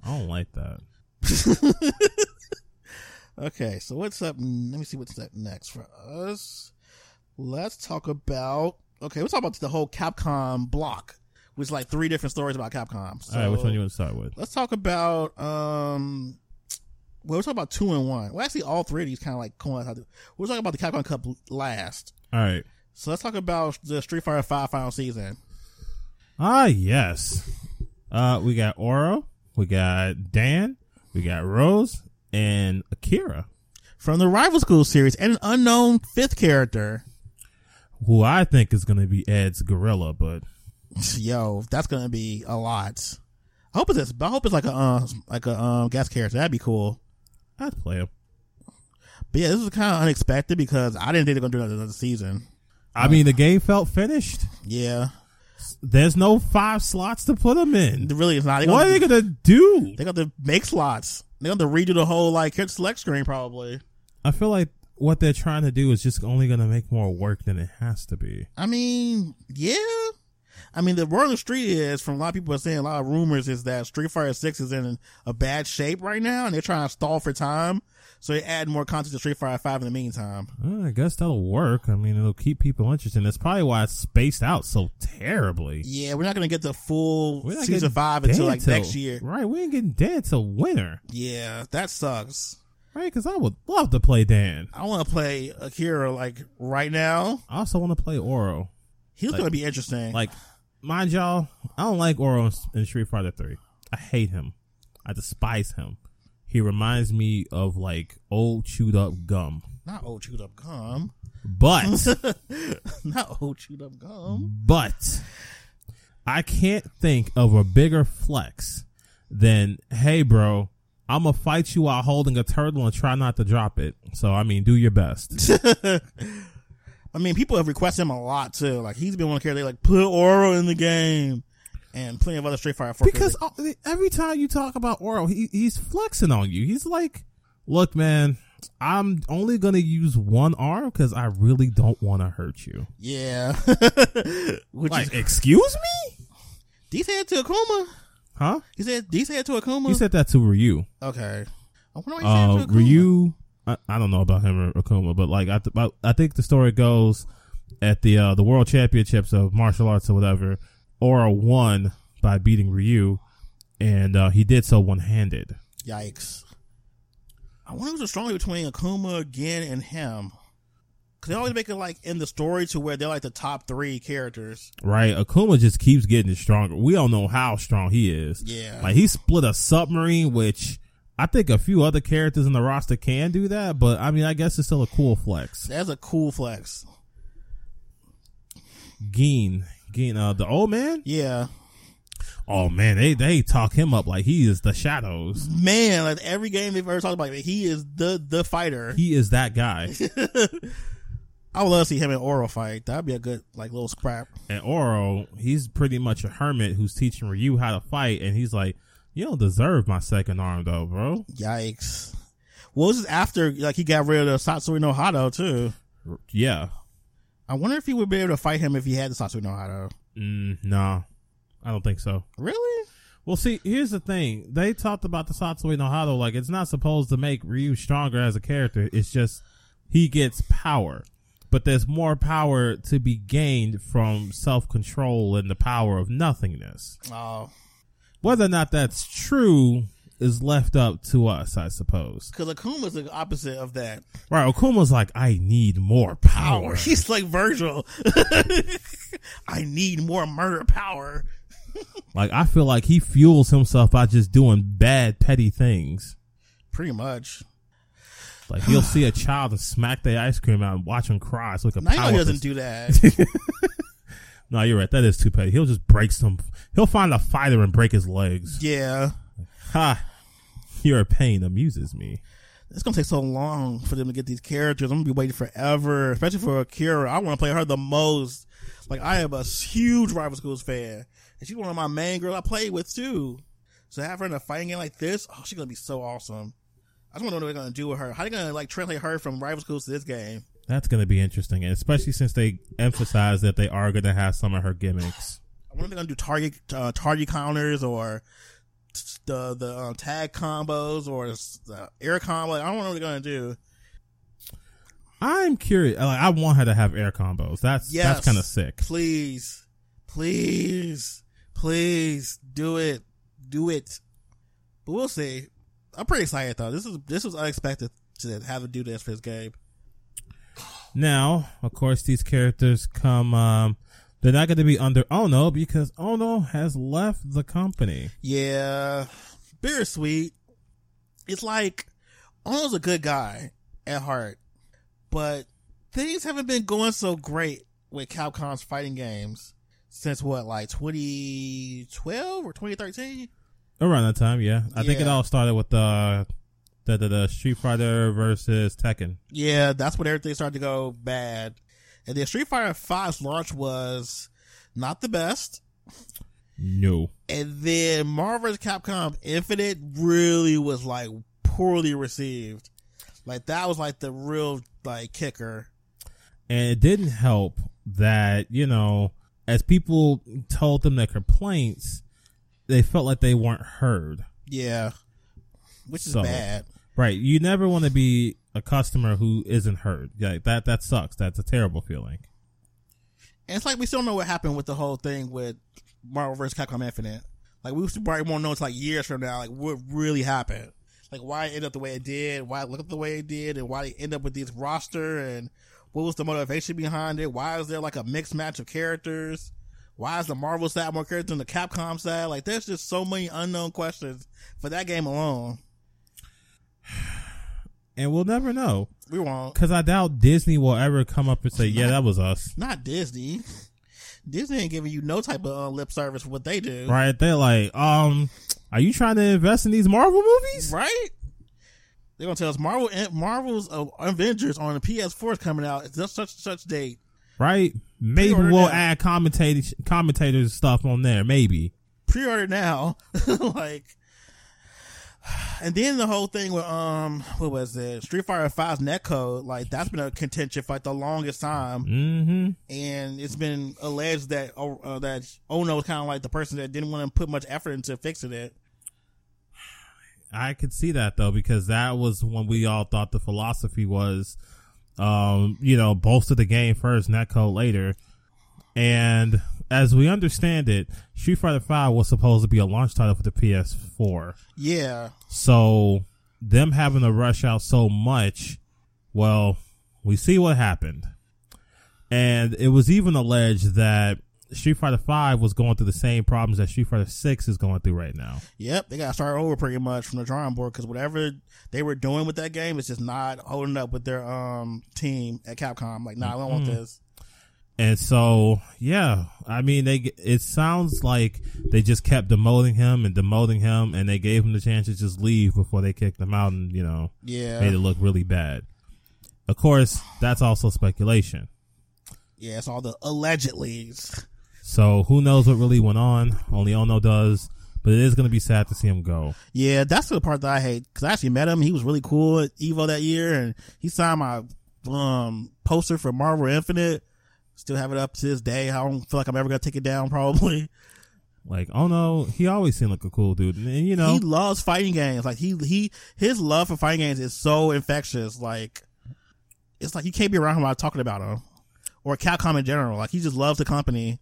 S2: I don't like that.
S1: Okay, so what's up? n- Let me see what's up next for us. Let's talk about. Okay, we'll talk about the whole Capcom block, which is like three different stories about Capcom. So
S2: All right, which one do you want to start with?
S1: Let's talk about. um well, we're talking about two and one. Well, actually, all three of these kind of like coincide. We're talking about the Capcom Cup last.
S2: All right.
S1: So let's talk about the Street Fighter Five final season.
S2: Ah, yes. Uh we got Oro, we got Dan, we got Rose and Akira,
S1: from the rival school series and an unknown fifth character. [laughs]
S2: who I think is going to be Ed's gorilla, but
S1: Yo, that's gonna be a lot. I hope it's this, I hope it's like a uh, like a um guest character. That'd be cool.
S2: I'd play him.
S1: But yeah, this was kind of unexpected because I didn't think they're gonna do another season.
S2: I mean, the game felt finished.
S1: Yeah,
S2: There's no five slots to put him
S1: it
S2: in.
S1: really is not. They
S2: What are they
S1: gonna,
S2: going to do?
S1: they got to make slots. They got to redo the whole like character select screen probably.
S2: I feel like what they're trying to do is just only going to make more work than it has to be.
S1: I mean, yeah. I mean, the word on the street is from a lot of people are saying a lot of rumors is that Street Fighter Six is in a bad shape right now, and they're trying to stall for time, so they add more content to Street Fighter Five in the meantime.
S2: Uh, I guess that'll work. I mean, it'll keep people interested. That's probably why it's spaced out so terribly.
S1: Yeah, we're not gonna get the full
S2: We're not
S1: season
S2: getting
S1: five
S2: Dan
S1: until like
S2: till-
S1: next year.
S2: Right, we ain't getting Dan till winter.
S1: Yeah, that sucks.
S2: Right, because I would love to play Dan.
S1: I want to play Akira like right now.
S2: I also want to play Oro.
S1: He's
S2: Like-
S1: gonna be interesting.
S2: Like, mind y'all, I don't like Oro in- in Street Fighter 3. I hate him. I despise him. He reminds me of like old chewed up gum.
S1: not old chewed up gum, [laughs]
S2: But
S1: not old chewed up gum.
S2: But I can't think of a bigger flex than, hey, bro, I'm going to fight you while holding a turtle and try not to drop it. So, I mean, do your [laughs] best.
S1: I mean, people have requested him a lot too. Like he's been one character they like put Oro in the game, and plenty of other Street Fighter. 4
S2: because uh, every time you talk about Oro, he, he's flexing on you. He's like, look, man, I'm only going to use one arm because I really don't want to hurt you. [laughs]
S1: yeah, which
S2: Like,
S1: is
S2: excuse me?
S1: these head to Akuma.
S2: Huh?
S1: He said these head to Akuma.
S2: You said that to Ryu.
S1: okay. I wonder why he
S2: uh,
S1: said to Akuma.
S2: Ryu. I, I don't know about him or Akuma, but like I, th- I, I think the story goes at the uh, the world championships of martial arts or whatever. Aura won by beating Ryu, and uh, he did so one handed.
S1: Yikes! I wonder who's the stronger between Akuma again and him. Cause they always make it like in the story to where they're like the top three characters.
S2: Right, Akuma just keeps getting stronger. We don't know how strong he is.
S1: Yeah.
S2: like he split a submarine, which I think a few other characters in the roster can do that, but I mean, I guess it's still a cool flex.
S1: That's a cool flex.
S2: Gene, Gene, uh, the old man.
S1: Yeah.
S2: Oh man, they they talk him up like he is the shadows.
S1: Man, like every game they've ever talked about, like, he is the the fighter.
S2: He is that guy.
S1: I would love to see him and Oro fight. That'd be a good like little scrap.
S2: And Oro, he's pretty much a hermit who's teaching Ryu how to fight, and he's like, "You don't deserve my second arm, though, bro."
S1: Yikes. Well, this is after like he got rid of Satsui no Hado too.
S2: Yeah,
S1: I wonder if he would be able to fight him if he had the Satsui no Hado.
S2: mm, nah, I don't think so.
S1: Really?
S2: Well, see, here's the thing. They talked about the Satsui no Hado. Like, it's not supposed to make Ryu stronger as a character. It's just he gets power. But there's more power to be gained from self control and the power of nothingness.
S1: Oh,
S2: Whether or not that's true is left up to us, I suppose.
S1: because Akuma's the opposite of that.
S2: Right, Okuma's like, I need more power.
S1: [laughs] He's like Virgil. [laughs] I need more murder power.
S2: Like, I feel like he fuels himself by just doing bad, petty things.
S1: Pretty much.
S2: Like,
S1: [sighs]
S2: you'll see a child and smack their ice cream out and watch him cry so he can
S1: Now you know
S2: power
S1: he
S2: up his
S1: doesn't do that.
S2: No, you're right. That is too petty. He'll just break some. He'll find a fighter and break his legs.
S1: yeah.
S2: Ha! Your pain amuses me.
S1: It's gonna take so long for them to get these characters. I'm gonna be waiting forever, especially for Akira. I want to play her the most. Like I am a huge Rival Schools fan, and she's one of my main girls I played with too. So to have her in a fighting game like this, oh, she's gonna be so awesome. I just want to know what they're gonna do with her. How they gonna like translate her from Rival Schools to this game?
S2: That's going to be interesting, and especially since they emphasize that they are going to have some of her gimmicks.
S1: I wonder if they're gonna do target uh, target counters or s- the the um, tag combos or s- the air combo. I don't know what they're gonna do.
S2: I'm curious. Like, I want her to have air combos. That's
S1: Yes.
S2: that's kind of sick.
S1: Please, please, please do it, do it. But we'll see. I'm pretty excited though. This is this was unexpected to have to do this for this game.
S2: Now, of course, these characters come. Um, they're not going to be under Ono because Ono has left the company.
S1: Yeah, bittersweet. It's like Ono's a good guy at heart, but things haven't been going so great with Capcom's fighting games since what, like 2012 or 2013?
S2: Around that time, yeah. I think it
S1: Yeah.
S2: all started with uh, the the the Street Fighter versus Tekken.
S1: Yeah, that's when everything started to go bad. And then Street Fighter V's launch was not the best.
S2: No.
S1: And then Marvel vs. Capcom Infinite really was like poorly received. Like that was like the real like kicker.
S2: And it didn't help that, you know, as people told them their complaints, they felt like they weren't heard.
S1: Yeah. Which is
S2: So-
S1: bad.
S2: Right. You never want to be a customer who isn't heard. Like that that sucks. That's a terrible feeling.
S1: And it's like we still don't know what happened with the whole thing with Marvel vs. Capcom Infinite. Like we still probably won't know until like years from now, like what really happened. Like why it ended up the way it did, why it looked the way it did, and why they end up with this roster and what was the motivation behind it? Why is there like a mixed match of characters? Why is the Marvel side more characters than the Capcom side? Like there's just so many unknown questions for that game alone.
S2: And we'll never know.
S1: We won't.
S2: Because I doubt Disney will ever come up and say, yeah, that was us.
S1: Not Disney. [laughs] Disney ain't giving you no type of uh, lip service for what they do.
S2: Right? They're like, um, are you trying to invest in these Marvel movies?
S1: right? They're gonna tell us Marvel, Marvel's uh, Avengers on the PS4 is coming out. It's just such such date.
S2: Right? Maybe
S1: Pre-order
S2: we'll
S1: now.
S2: add commentators commentators stuff on there. Maybe.
S1: Pre-order now, [laughs] like. And then the whole thing with um, what was it? Street Fighter Five's netcode, like that's been a contention for like the longest time,
S2: Mm-hmm.
S1: and it's been alleged that oh, uh, that Ono was kind of like the person that didn't want to put much effort into fixing it.
S2: I could see that though because that was when we all thought the philosophy was, um, you know, bolster the game first, netcode later. And as we understand it, Street Fighter Five was supposed to be a launch title for the PS4.
S1: Yeah,
S2: So them having to rush out so much, well, we see what happened. And it was even alleged that Street Fighter Five was going through the same problems that Street Fighter Six is going through right now.
S1: Yep, they got to start over pretty much from the drawing board because whatever they were doing with that game is just not holding up with their um team at Capcom. Like, nah, I don't want this.
S2: And so, yeah, I mean, they it sounds like they just kept demoting him and demoting him, and they gave him the chance to just leave before they kicked him out, and you know,
S1: Yeah,
S2: made it look really bad. Of course, that's also speculation.
S1: yeah, it's all the allegedly.
S2: So who knows what really went on? Only Ono does. But it is going to be sad to see him go.
S1: Yeah, that's the part that I hate because I actually met him. He was really cool at Evo that year, and he signed my um poster for Marvel Infinite. Still have it up to this day. I don't feel like I'm ever gonna take it down. [laughs] Probably.
S2: Like Ono, he always seemed like a cool dude, and, and, you know,
S1: He loves fighting games. Like he he his love for fighting games is so infectious. Like it's like you can't be around him without talking about him or Capcom in general. Like he just loves the company.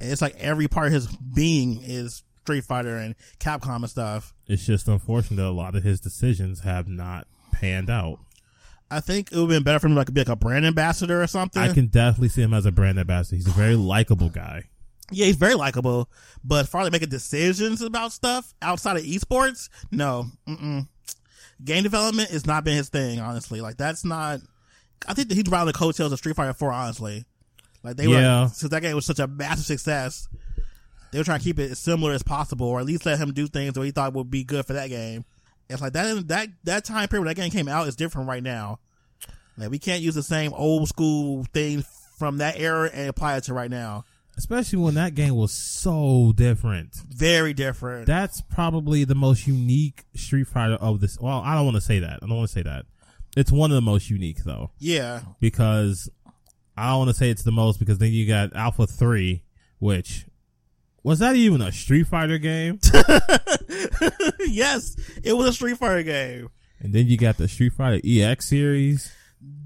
S1: And it's like every part of his being is Street Fighter and Capcom and stuff.
S2: it's just unfortunate that a lot of his decisions have not panned out.
S1: I think it would have been better for him to like be like a brand ambassador or something.
S2: I can definitely see him as a brand ambassador. He's a very likable guy.
S1: yeah, he's very likable, but as far as making decisions about stuff outside of esports, no. Mm-mm. Game development has not been his thing, honestly. Like that's not. I think that he's riding the coattails of Street Fighter Four, honestly. Like they
S2: Yeah.
S1: were since that game was such a massive success, they were trying to keep it as similar as possible, or at least let him do things that he thought would be good for that game. It's like that that that time period when that game came out is different right now. Like we can't use the same old school thing from that era and apply it to right now.
S2: Especially when that game was so different.
S1: Very different.
S2: That's probably the most unique Street Fighter of this. Well, I don't want to say that. I don't want to say that. It's one of the most unique though,
S1: Yeah, [laughs]
S2: because I don't want to say it's the most because then you got Alpha Three, which was that even a Street Fighter game? [laughs]
S1: yes, it was a Street Fighter game.
S2: and then you got the Street Fighter EX series.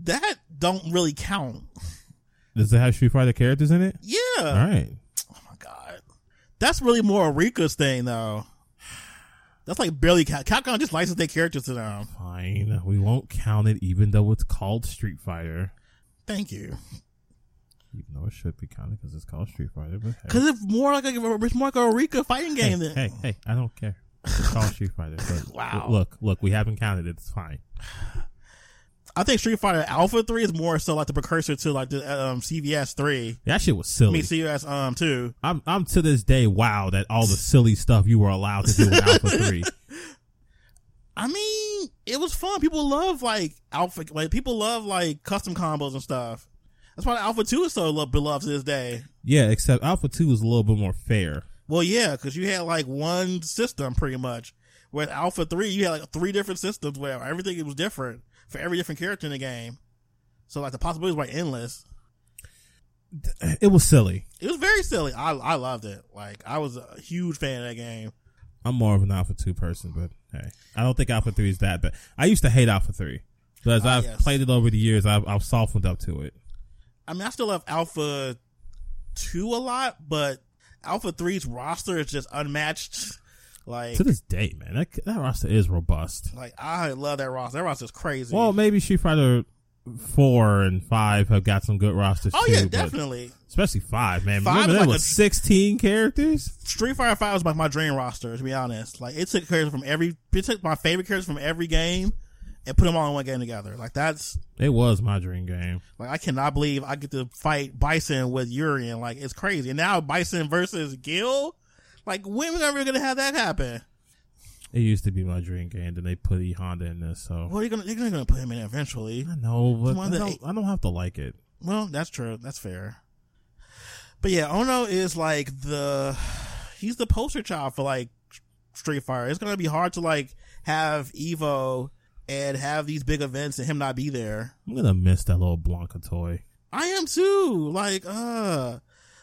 S1: That don't really count.
S2: Does it have Street Fighter characters in it?
S1: Yeah.
S2: All right.
S1: Oh my god, that's really more Rika's thing though. That's like barely Cap- Capcom just licensed their characters to them.
S2: Fine. We won't count it even though it's called Street Fighter.
S1: Thank you,
S2: Even though it should be counted because it's called Street Fighter. But hey.
S1: because it's more like a it's more like a Rika fighting game
S2: hey,
S1: than
S2: hey, hey, I don't care. It's called Street Fighter. But
S1: Wow.
S2: Look, look, we haven't counted it. It's fine.
S1: I think Street Fighter Alpha Three is more so like the precursor to like the um, CVS Three.
S2: That shit was
S1: I
S2: silly.
S1: mean CVS um two.
S2: I'm, I'm to this day wow that all the silly stuff you were allowed to do in
S1: [laughs]
S2: Alpha 3.
S1: I mean, it was fun. People love like alpha, like people love like custom combos and stuff. That's why the Alpha Two is so lo- beloved to this day.
S2: Yeah, except Alpha 2 was a little bit more fair.
S1: Well, yeah, because you had like one system pretty much. With Alpha Three, you had like three different systems where everything was different for every different character in the game. So like the possibilities were endless.
S2: It was silly.
S1: It was very silly. I I loved it. Like I was a huge fan of that game.
S2: I'm more of an Alpha 2 person, but hey, I don't think Alpha 3 is that bad. I used to hate Alpha 3. But as
S1: Ah,
S2: I've
S1: yes.
S2: played it over the years, I've, I've softened up to it.
S1: I mean, I still love Alpha Two a lot, but Alpha 3's roster is just unmatched. Like
S2: to this day, man, that, that roster is robust.
S1: Like I love that roster. That roster's crazy.
S2: Well, maybe Street Fighter four and five have got some good rosters.
S1: oh
S2: too,
S1: yeah,
S2: but
S1: definitely.
S2: Especially five, man.
S1: Five
S2: Remember
S1: is
S2: there
S1: like
S2: was
S1: a-
S2: sixteen characters.
S1: Street Fighter Five was like my dream roster. To be honest, like it took characters from every, it took my favorite characters from every game, and put them all in one game together. Like that's
S2: It was my dream game.
S1: like I cannot believe I get to fight Bison with Urian. Like it's crazy. And now Bison versus Gil. Like when are we ever gonna have that happen?
S2: It used to be my dream game. Then they put E Honda in this, so
S1: What are you gonna? They're gonna put him in eventually.
S2: I know, but
S1: Come on,
S2: I
S1: the
S2: don't,
S1: eight-
S2: I don't have to like it.
S1: Well, that's true. That's fair. But yeah, Ono is like the he's the poster child for like Street Fighter. It's gonna be hard to like have Evo and have these big events and him not be there.
S2: I'm gonna miss that little Blanca toy.
S1: I am too. Like, uh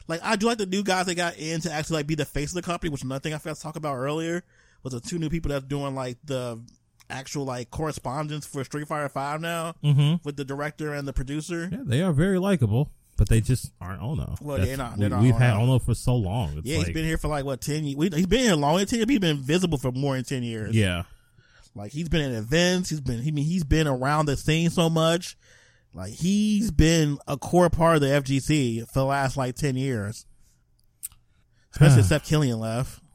S1: like I do like the new guys that got in to actually like be the face of the company, which another thing I forgot to talk about earlier was the two new people that's doing like the actual like correspondence for Street Fighter Five now
S2: Mm-hmm.
S1: with the director and the producer.
S2: Yeah, they are very likable, but they just aren't Ono.
S1: Well,
S2: That's-
S1: they're not- they're
S2: we,
S1: not
S2: We've had
S1: Ono.
S2: Ono for so long. It's
S1: Yeah,
S2: like,
S1: he's been here for like what ten years. We- He's been here longer than ten years. He's been visible for more than ten years.
S2: yeah.
S1: like he's been in events. He's been. He mean he's been around the scene so much. Like he's been a core part of the FGC for the last like ten years. especially Seth Killian left.
S2: [sighs]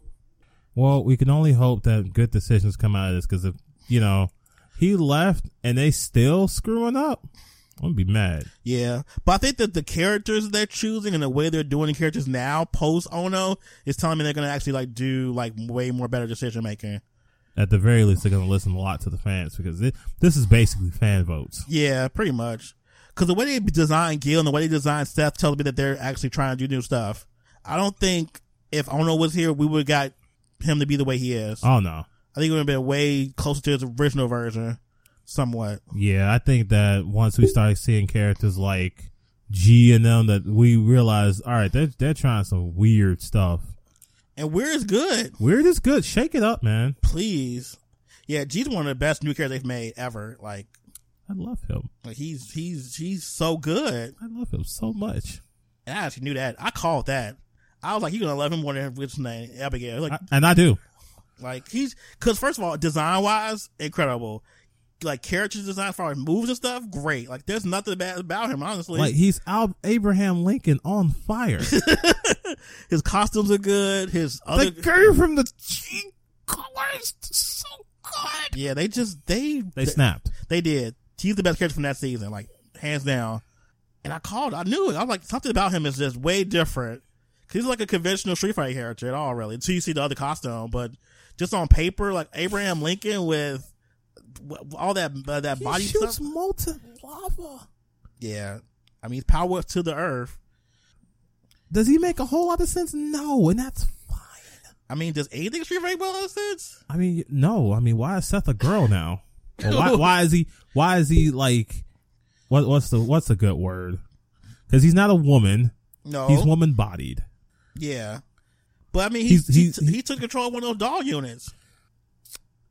S2: Well, we can only hope that good decisions come out of this because if you know he left and they still screwing up, I'm gonna be mad.
S1: Yeah, but I think that the characters they're choosing and the way they're doing the characters now post Ono is telling me they're gonna actually like do like way more better decision making.
S2: At the very least, they're gonna listen a lot to the fans because it, this is basically fan votes.
S1: Yeah, pretty much. Because the way they design Gil and the way they design Seth tells me that they're actually trying to do new stuff. I don't think if Ono was here, we would got him to be the way he is.
S2: Oh no,
S1: I think it would have been way closer to his original version, somewhat.
S2: yeah, I think that once we start seeing characters like G and them, that we realize, all right, they're they're trying some weird stuff.
S1: And Weird is good,
S2: Weird is good. Shake it up, man.
S1: please. Yeah, G's one of the best new characters they've made ever. Like,
S2: I love him.
S1: like he's he's he's so good.
S2: I love him so much.
S1: And I actually knew that. I called that. I was like, you're gonna love him more than which name Abigail. Like,
S2: I, and I do.
S1: like he's because first of all, design wise, incredible. Like character design, as far as moves and stuff, great. Like there's nothing bad about him, honestly.
S2: Like he's Al- Abraham Lincoln on fire.
S1: his costumes are good. His [laughs] other,
S2: girl from the G colors so good.
S1: yeah, they just they
S2: They snapped.
S1: They did. He's the best character from that season, like hands down. And I called. I knew it. I was like, something about him is just way different. 'Cause he's like a conventional Street Fighter character at all, really. Until you see the other costume, but just on paper, like Abraham Lincoln with w- all that uh, that body stuff.
S2: molten lava.
S1: Yeah, I mean, power to the earth.
S2: Does he make a whole lot of sense? No, and that's fine.
S1: I mean, does anything Street Fighter make more sense?
S2: I mean, no. I mean, why is Seth a girl now? Or
S1: [laughs]
S2: why, why is he? Why is he like? What, what's the what's a good word? Because he's not a woman.
S1: No.
S2: He's woman bodied.
S1: yeah, but I mean,
S2: He's-
S1: he's, he,
S2: he's-
S1: he, took control of one of those doll units.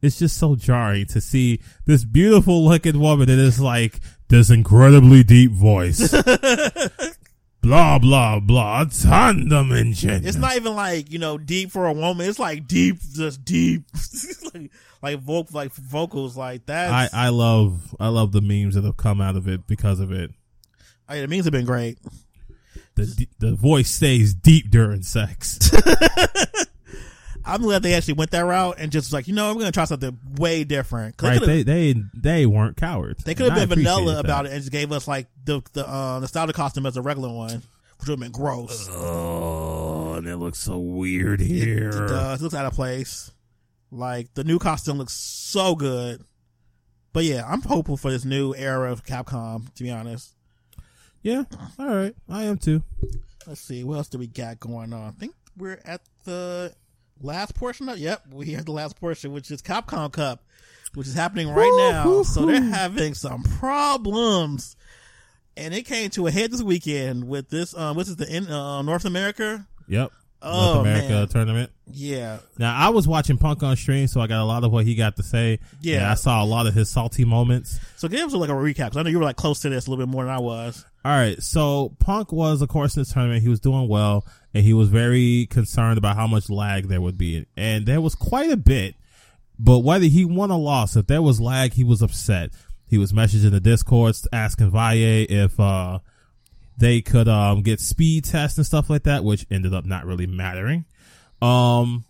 S2: It's just so jarring to see this beautiful looking woman that is like this incredibly deep
S1: [laughs]
S2: voice. blah blah blah. Tandem engine.
S1: It's not even like you know deep for a woman. It's like deep, just deep, [laughs] like like, voc- like vocals like that.
S2: I, I love I love the memes that have come out of it because of it.
S1: I mean, the memes have been great.
S2: The d- the voice stays deep during sex.
S1: I'm glad they actually went that route and just was like you know we're gonna try something way different. 'Cause
S2: right?
S1: they
S2: They they they weren't cowards.
S1: could have been vanilla about it and just gave us like the the uh, the style of the costume as a regular one, which would have been gross.
S2: Oh, and it looks so weird
S1: It
S2: here.
S1: does. It looks out of place. Like the new costume looks so good. But yeah, I'm hopeful for this new era of Capcom. To be honest.
S2: yeah. All right. I am too.
S1: Let's see, what else do we got going on? I think we're at the last portion of yep, we are at the last portion, which is Capcom Cup, which is happening right now. So they're having some problems. And it came to a head this weekend with this um this is the in uh, North America.
S2: Yep.
S1: Oh,
S2: North America
S1: man.
S2: tournament.
S1: Yeah.
S2: Now I was watching Punk on stream, so I got a lot of what he got to say.
S1: Yeah.
S2: And I saw a lot of his salty moments.
S1: So give us like a recap 'cause I know you were like close to this a little bit more than I was.
S2: All right, so Punk was, of course, in this tournament. He was doing well, and he was very concerned about how much lag there would be, and there was quite a bit. But whether he won or lost, if there was lag, he was upset. He was messaging the discords asking Valle if uh, they could um, get speed tests and stuff like that, which ended up not really mattering. Um,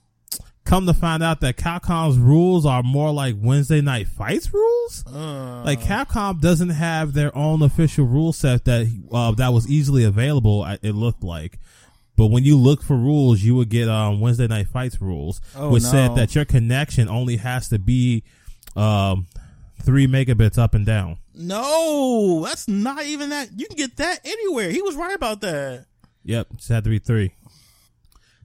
S2: come to find out that Capcom's rules are more like Wednesday night fights rules.
S1: Uh.
S2: like Capcom doesn't have their own official rule set that uh, that was easily available. I- It looked like. But when you look for rules, you would get um, Wednesday Night Fights rules,
S1: Oh,
S2: which
S1: no.
S2: said that your connection only has to be um, three megabits up and down.
S1: No, that's not even that you can get that anywhere. He was right about that.
S2: Yep, just had to be three.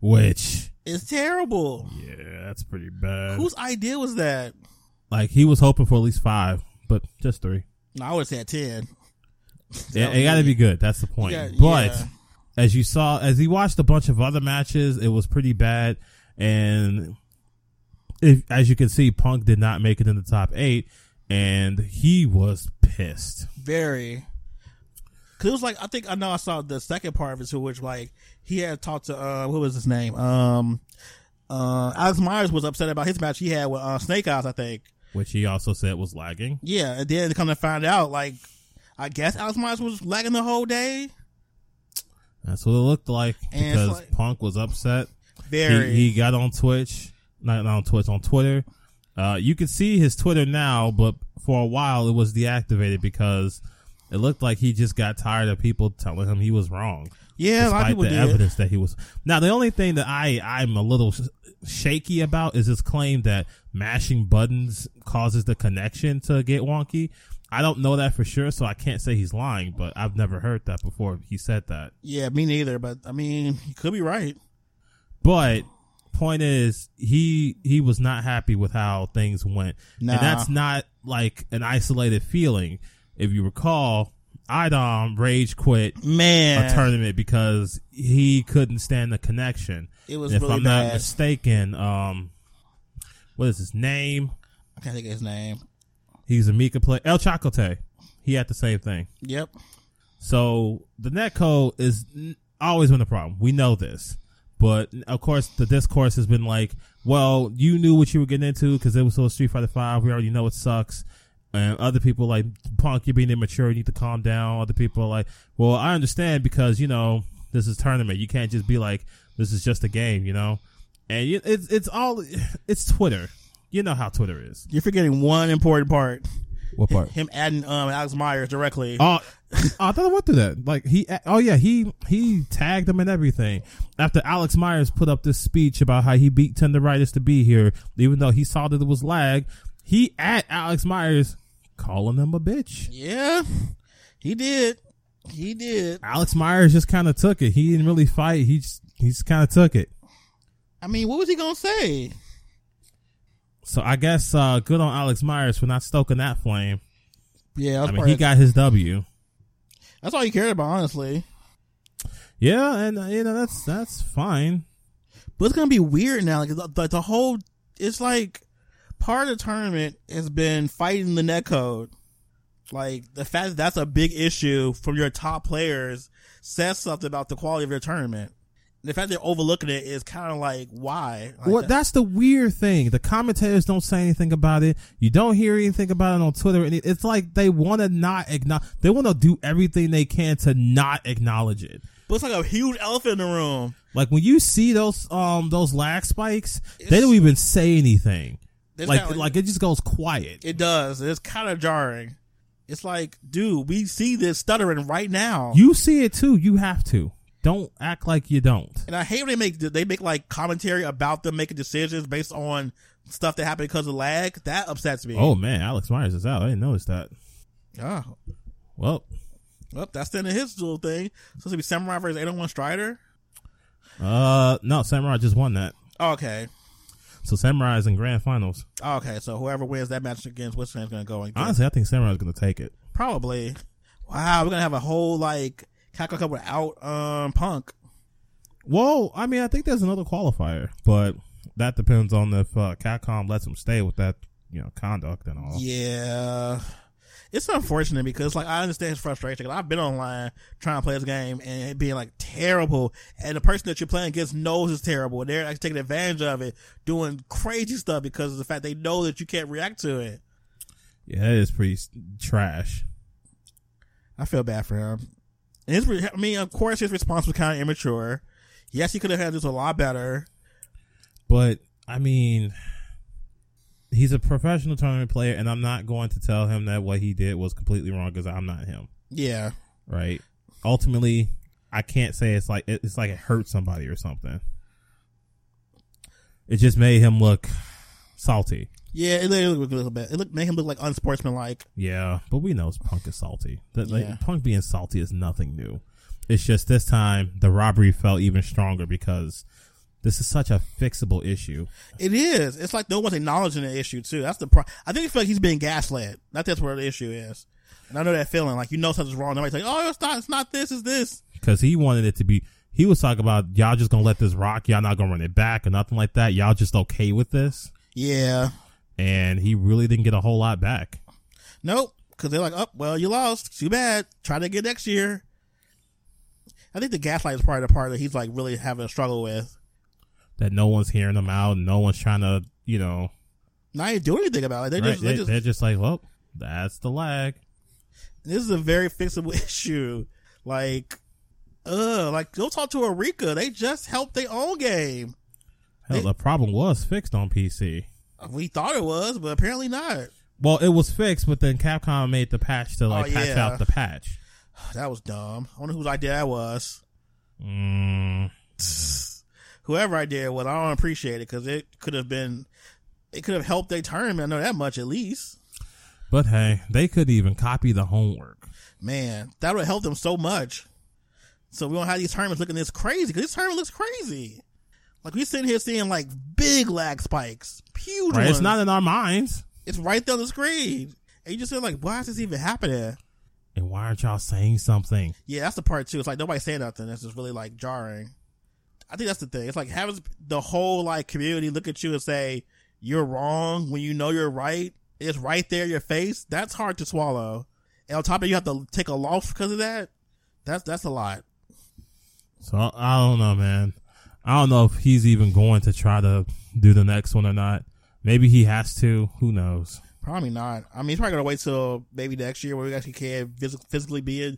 S2: Which,
S1: It's terrible.
S2: yeah, that's pretty bad.
S1: Whose idea was that?
S2: like he was hoping for at least five, but just three.
S1: No, I would say ten.
S2: Yeah, it got to be good. That's the point.
S1: Yeah,
S2: but
S1: yeah.
S2: as you saw, as he watched a bunch of other matches, it was pretty bad. And if, as you can see, Punk did not make it in the top eight, and he was pissed.
S1: Very. Cause it was like I think I know I saw the second part of it too, which like he had talked to uh what was his name um uh Alex Myers was upset about his match he had with uh, Snake Eyes I think
S2: Which he also said was lagging.
S1: yeah and then come to find out like I guess Alex Myers was lagging the whole day
S2: That's what it looked like
S1: And it's
S2: because
S1: like-
S2: Punk was upset.
S1: Very.
S2: He, he got on Twitch, not, not on Twitch, on Twitter. Uh, you can see his Twitter now, but for a while it was deactivated because it looked like he just got tired of people telling him he was wrong.
S1: Yeah, a lot of
S2: despite
S1: people
S2: the
S1: did.
S2: evidence that he was. Now, the only thing that I I'm a little sh- shaky about is his claim that mashing buttons causes the connection to get wonky. I don't know that for sure, so I can't say he's lying. But I've never heard that before. He said that.
S1: Yeah, me neither. But I mean, he could be right.
S2: But point is, he he was not happy with how things went,
S1: Nah.
S2: and that's not like an isolated feeling. If you recall, Idom rage quit
S1: Man,
S2: a tournament because he couldn't stand the connection.
S1: It was
S2: if
S1: really
S2: I'm
S1: bad.
S2: not mistaken, um, what is his name?
S1: I can't think of his name.
S2: He's a Mika player. El Chacote. He had the same thing.
S1: Yep.
S2: So the netcode is n- always been a problem. We know this. But of course, the discourse has been like, well, you knew what you were getting into because it was so Street Fighter Five. We already know it sucks. And other people like, Punk, you're being immature. You need to calm down. Other people are like, well, I understand because, you know, this is tournament. You can't just be like, this is just a game, you know? And you- it's, it's all, it's Twitter. You know how Twitter is.
S1: You're forgetting one important part.
S2: What part?
S1: Him adding um Alex Myers directly.
S2: Oh, I thought I went through that. Like he, oh yeah, he he tagged him and everything. After Alex Myers put up this speech about how he beat tenderitis to be here, even though he saw that it was lag, he at Alex Myers calling him a bitch.
S1: Yeah, he did. He did.
S2: Alex Myers just kind of took it. He didn't really fight. He just he just kind of took it.
S1: I mean, what was he gonna say?
S2: So I guess uh, good on Alex Myers for not stoking that flame.
S1: Yeah, that's,
S2: I mean,
S1: probably-
S2: he got his W.
S1: that's all he cared about, honestly.
S2: Yeah, and uh, you know that's that's fine.
S1: But it's gonna be weird now. Like the, the, the whole, it's like part of the tournament has been fighting the netcode. Like the fact that that's a big issue from your top players says something about the quality of your tournament. The fact they're overlooking it is kind of like why. Like,
S2: well, that's the weird thing. The commentators don't say anything about it. You don't hear anything about it on Twitter. And it- it's like they want to not acknowledge. They want to do everything they can to not acknowledge it.
S1: but it's like a huge elephant in the room.
S2: Like when you see those um those lag spikes, they
S1: It's-
S2: don't even say anything.
S1: It's
S2: Like
S1: kinda
S2: like,
S1: like-
S2: it just goes quiet.
S1: It does. It's kind of jarring. It's like, dude, we see this stuttering right now.
S2: you see it too. You have to. Don't act like you don't.
S1: and I hate when they make they make like commentary about them making decisions based on stuff that happened because of lag. That upsets me.
S2: Oh man, Alex Myers is out. I didn't notice that.
S1: Oh.
S2: Well,
S1: Well, that's the end of his little thing. So it's gonna be Samurai versus 801 Strider.
S2: uh, no, Samurai just won that.
S1: Okay.
S2: So Samurai is in grand finals.
S1: Okay, so whoever wins that match against which man's gonna go and
S2: Honestly, I think Samurai is going to take it.
S1: probably. Wow, we're gonna have a whole like Kako Cup without um punk.
S2: Well, I mean, I think there's another qualifier, but that depends on if uh, Capcom lets him stay with that, you know, conduct and all.
S1: Yeah. It's unfortunate because like I understand his frustration. i I've been online trying to play this game and it being like terrible, and the person that you're playing against knows it's terrible. They're actually taking advantage of it, doing crazy stuff because of the fact they know that you can't react to it.
S2: Yeah, that is pretty s- trash.
S1: I feel bad for him. And his, re- I mean, of course, his response was kind of immature. Yes, he could have handled this a lot better.
S2: But I mean, he's a professional tournament player, and I'm not going to tell him that what he did was completely wrong because I'm not him,
S1: Yeah,
S2: right? Ultimately, I can't say it's like it- it's like it hurt somebody or something. It just made him look salty.
S1: yeah, it, it looked a little bit. It looked made him look like unsportsmanlike.
S2: Yeah, but we know Punk is salty. That like,
S1: Yeah.
S2: Punk being salty is nothing new. It's just this time the robbery felt even stronger because this is such a fixable issue.
S1: It is. It's like no one's acknowledging the issue too. That's the pro. I think it's like he's being gaslit. That that's where the issue is. And I know that feeling. Like you know something's wrong. Nobody's like, oh, it's not. It's not this. It's this.
S2: Because he wanted it to be. He was talking about y'all just gonna let this rock. Y'all not gonna run it back or nothing like that. Y'all just okay with this.
S1: Yeah.
S2: And he really didn't get a whole lot back.
S1: Nope. Because they're like, oh, well, you lost. Too bad. Try to get next year. I think the gaslight is probably the part that he's like really having a struggle with.
S2: That no one's hearing them out. No one's trying to you know.
S1: Now you do anything about it. They
S2: right?
S1: just,
S2: they,
S1: they just
S2: they're just like, well, that's the lag.
S1: this is a very fixable [laughs] issue. Like, uh, like go talk to Erika. They just helped their own game.
S2: Hell, the problem was fixed on PC.
S1: We thought it was, but apparently not.
S2: Well, it was fixed, but then Capcom made the patch to like
S1: Oh,
S2: patch
S1: yeah.
S2: out the patch.
S1: That was dumb. I wonder whose idea that was.
S2: Mm,
S1: Whoever idea it was, I don't appreciate it because it could have been, it could have helped their tournament. I know that much at least.
S2: but hey, they could even copy the homework.
S1: Man, that would help them so much. So we don't have these tournaments looking this crazy because this tournament looks crazy. Like we sitting here seeing like big lag spikes, huge
S2: Right?
S1: ones.
S2: It's not in our minds.
S1: It's right there on the screen, and you just feel like, why is this even happening?
S2: And why aren't y'all saying something?
S1: Yeah, that's the part too. It's like nobody saying nothing. That's just really like jarring. I think that's the thing. It's like having the whole like community look at you and say you're wrong when you know you're right. It's right there in your face. That's hard to swallow. And on top of it, you have to take a loss because of that. That's that's a lot.
S2: So I- I don't know, man. I don't know if he's even going to try to do the next one or not. Maybe he has to. Who knows?
S1: Probably not. I mean, he's probably gonna wait till maybe next year where we actually can phys- physically be in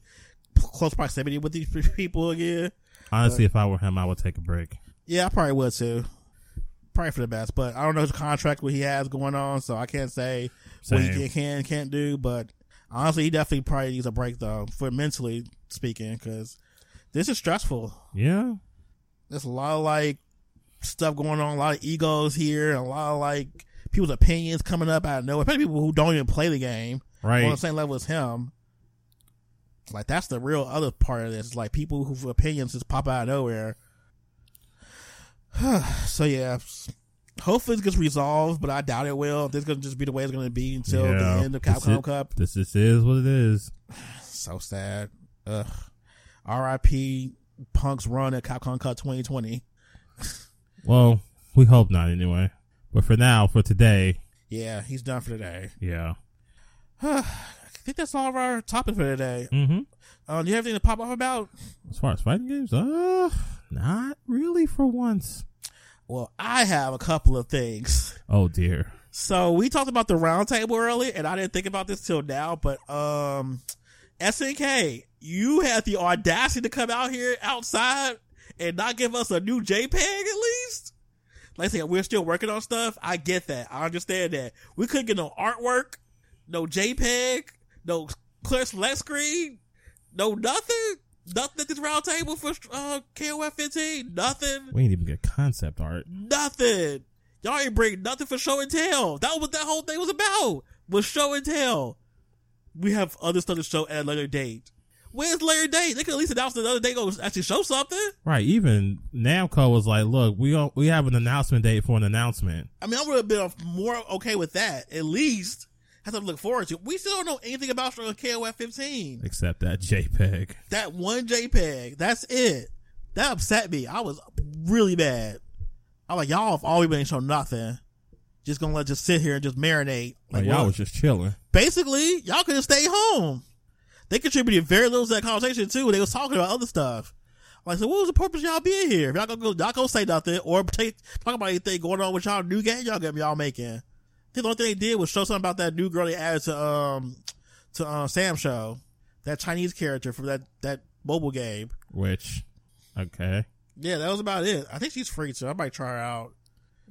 S1: p- close proximity with these [laughs] p- people again.
S2: Honestly, if I were him, I would take a break.
S1: Yeah, I probably would too. Probably for the best, but I don't know his contract what he has going on, so I can't say what
S2: Same.
S1: he can- can can't do. But honestly, he definitely probably needs a break though, for mentally speaking, because this is stressful.
S2: Yeah.
S1: There's a lot of like stuff going on, a lot of egos here, and a lot of like people's opinions coming up out of nowhere, especially people who don't even play the game
S2: Right.
S1: on the same level as him. Like that's the real other part of this. Like people whose opinions just pop out of nowhere. [sighs] so yeah, hopefully it gets resolved, but I doubt it will. This is gonna just be the way it's gonna be until
S2: Yeah.
S1: the end of
S2: This
S1: Capcom
S2: it-
S1: Cup.
S2: This, this is what it is.
S1: So sad. Ugh. R.I.P. Punk's run at Capcom Cup 2020.
S2: Well, we hope not anyway. But for now, for today,
S1: Yeah, he's done for today. [sighs]
S2: yeah.
S1: I think that's all of our topic for today.
S2: Mm-hmm.
S1: Um, do you have anything to pop off about?
S2: As far as fighting games, uh, not really for once.
S1: Well, I have a couple of things. [laughs]
S2: Oh dear.
S1: So we talked about the round table earlier, and I didn't think about this till now, but um SNK, you had the audacity to come out here outside and not give us a new JPEG at least. Like I said, we're still working on stuff. I get that. I understand that. We couldn't get no artwork, no JPEG, no clear select screen, no nothing. Nothing at this round table for uh, KOF 15. Nothing
S2: We didn't even get concept art.
S1: nothing. Y'all ain't bring nothing for show and tell. That was what that whole thing was about. Was show and tell. We have other stuff to show at a later date. Where's later date? They could at least announce another day go actually show something.
S2: Right. Even Namco was like, "Look, we don't, we have an announcement date for an announcement."
S1: I mean, I would have been more okay with that. At least have something to look forward to. We still don't know anything about show KOF 15.
S2: Except that [laughs] JPEG.
S1: That one JPEG. That's it. That upset me. I was really bad. I'm like, y'all have always been shown nothing. Just gonna let just sit here and just marinate.
S2: Like,
S1: what?
S2: y'all was just chilling.
S1: basically, y'all could have stayed home. They contributed very little to that conversation too. They was talking about other stuff. Like, so what was the purpose of y'all being here? If y'all gonna go, y'all gonna say nothing or take, talk about anything going on with y'all new game y'all get y'all making. I think the only thing they did was show something about that new girl they added to um to um Sam show, that Chinese character from that that mobile game.
S2: Which, okay.
S1: Yeah, that was about it. I think she's free, so I might try her out.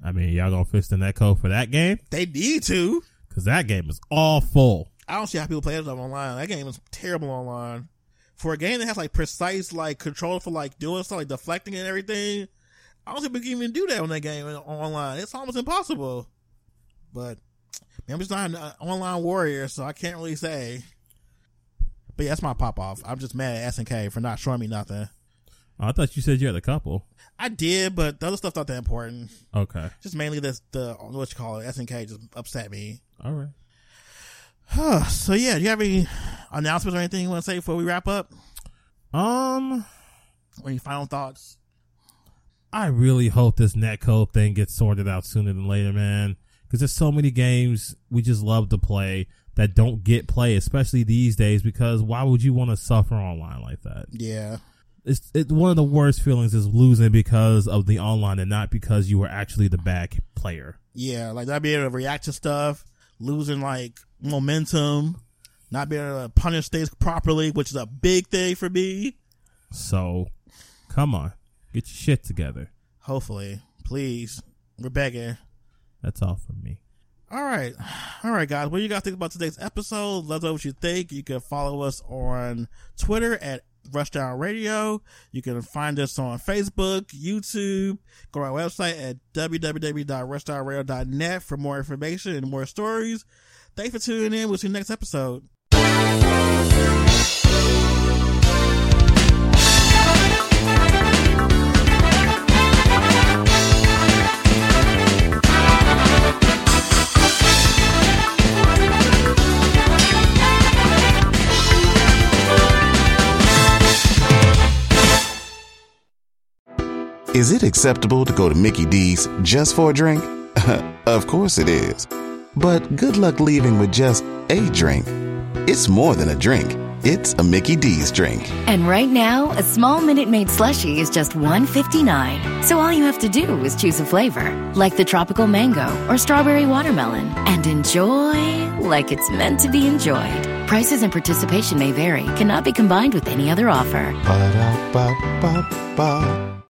S2: I mean, y'all gonna fix the netcode for that game
S1: They need to.
S2: because that game is awful.
S1: I don't see how people play that stuff online. That game is terrible online. For a game that has like precise like control for like doing stuff like deflecting and everything, I don't think we can even do that on that game in- online. It's almost impossible. But man, I'm just not an uh, online warrior, so I can't really say. But yeah, that's my pop off. I'm just mad at SNK for not showing me nothing.
S2: I thought you said you had a couple.
S1: I did, but the other stuff's not that important.
S2: Okay.
S1: Just mainly this the what you call it SNK just upset me. [sighs]
S2: All right.
S1: so yeah, do you have any announcements or anything you want to say before we wrap up?
S2: Um,
S1: Or Any final thoughts?
S2: I really hope this netcode thing gets sorted out sooner than later, man. Because there's so many games we just love to play that don't get play, especially these days. Because why would you want to suffer online like that?
S1: Yeah,
S2: It's it, one of the worst feelings is losing because of the online and not because you were actually the bad player.
S1: yeah, like not being able to react to stuff, losing like momentum, not being able to punish things properly, which is a big thing for me.
S2: So, come on, get your shit together.
S1: Hopefully, please, Rebecca.
S2: That's all from me.
S1: All right. [sighs] All right, guys. What do you guys think about today's episode? Let us know what you think. You can follow us on Twitter at Rushdown Radio. You can find us on Facebook, YouTube. Go to our website at www.rushdownradio.net for more information and more stories. Thanks for tuning in. We'll see you next episode.
S3: Is it acceptable to go to Mickey D's just for a drink? [laughs] of course it is. But good luck leaving with just a drink. It's more than a drink, it's a Mickey D's drink.
S4: And right now, a small Minute Maid slushie is just $1.59. So all you have to do is choose a flavor, like the tropical mango or strawberry watermelon, and enjoy like it's meant to be enjoyed. Prices and participation may vary, cannot be combined with any other offer.
S3: Ba-da-ba-ba-ba.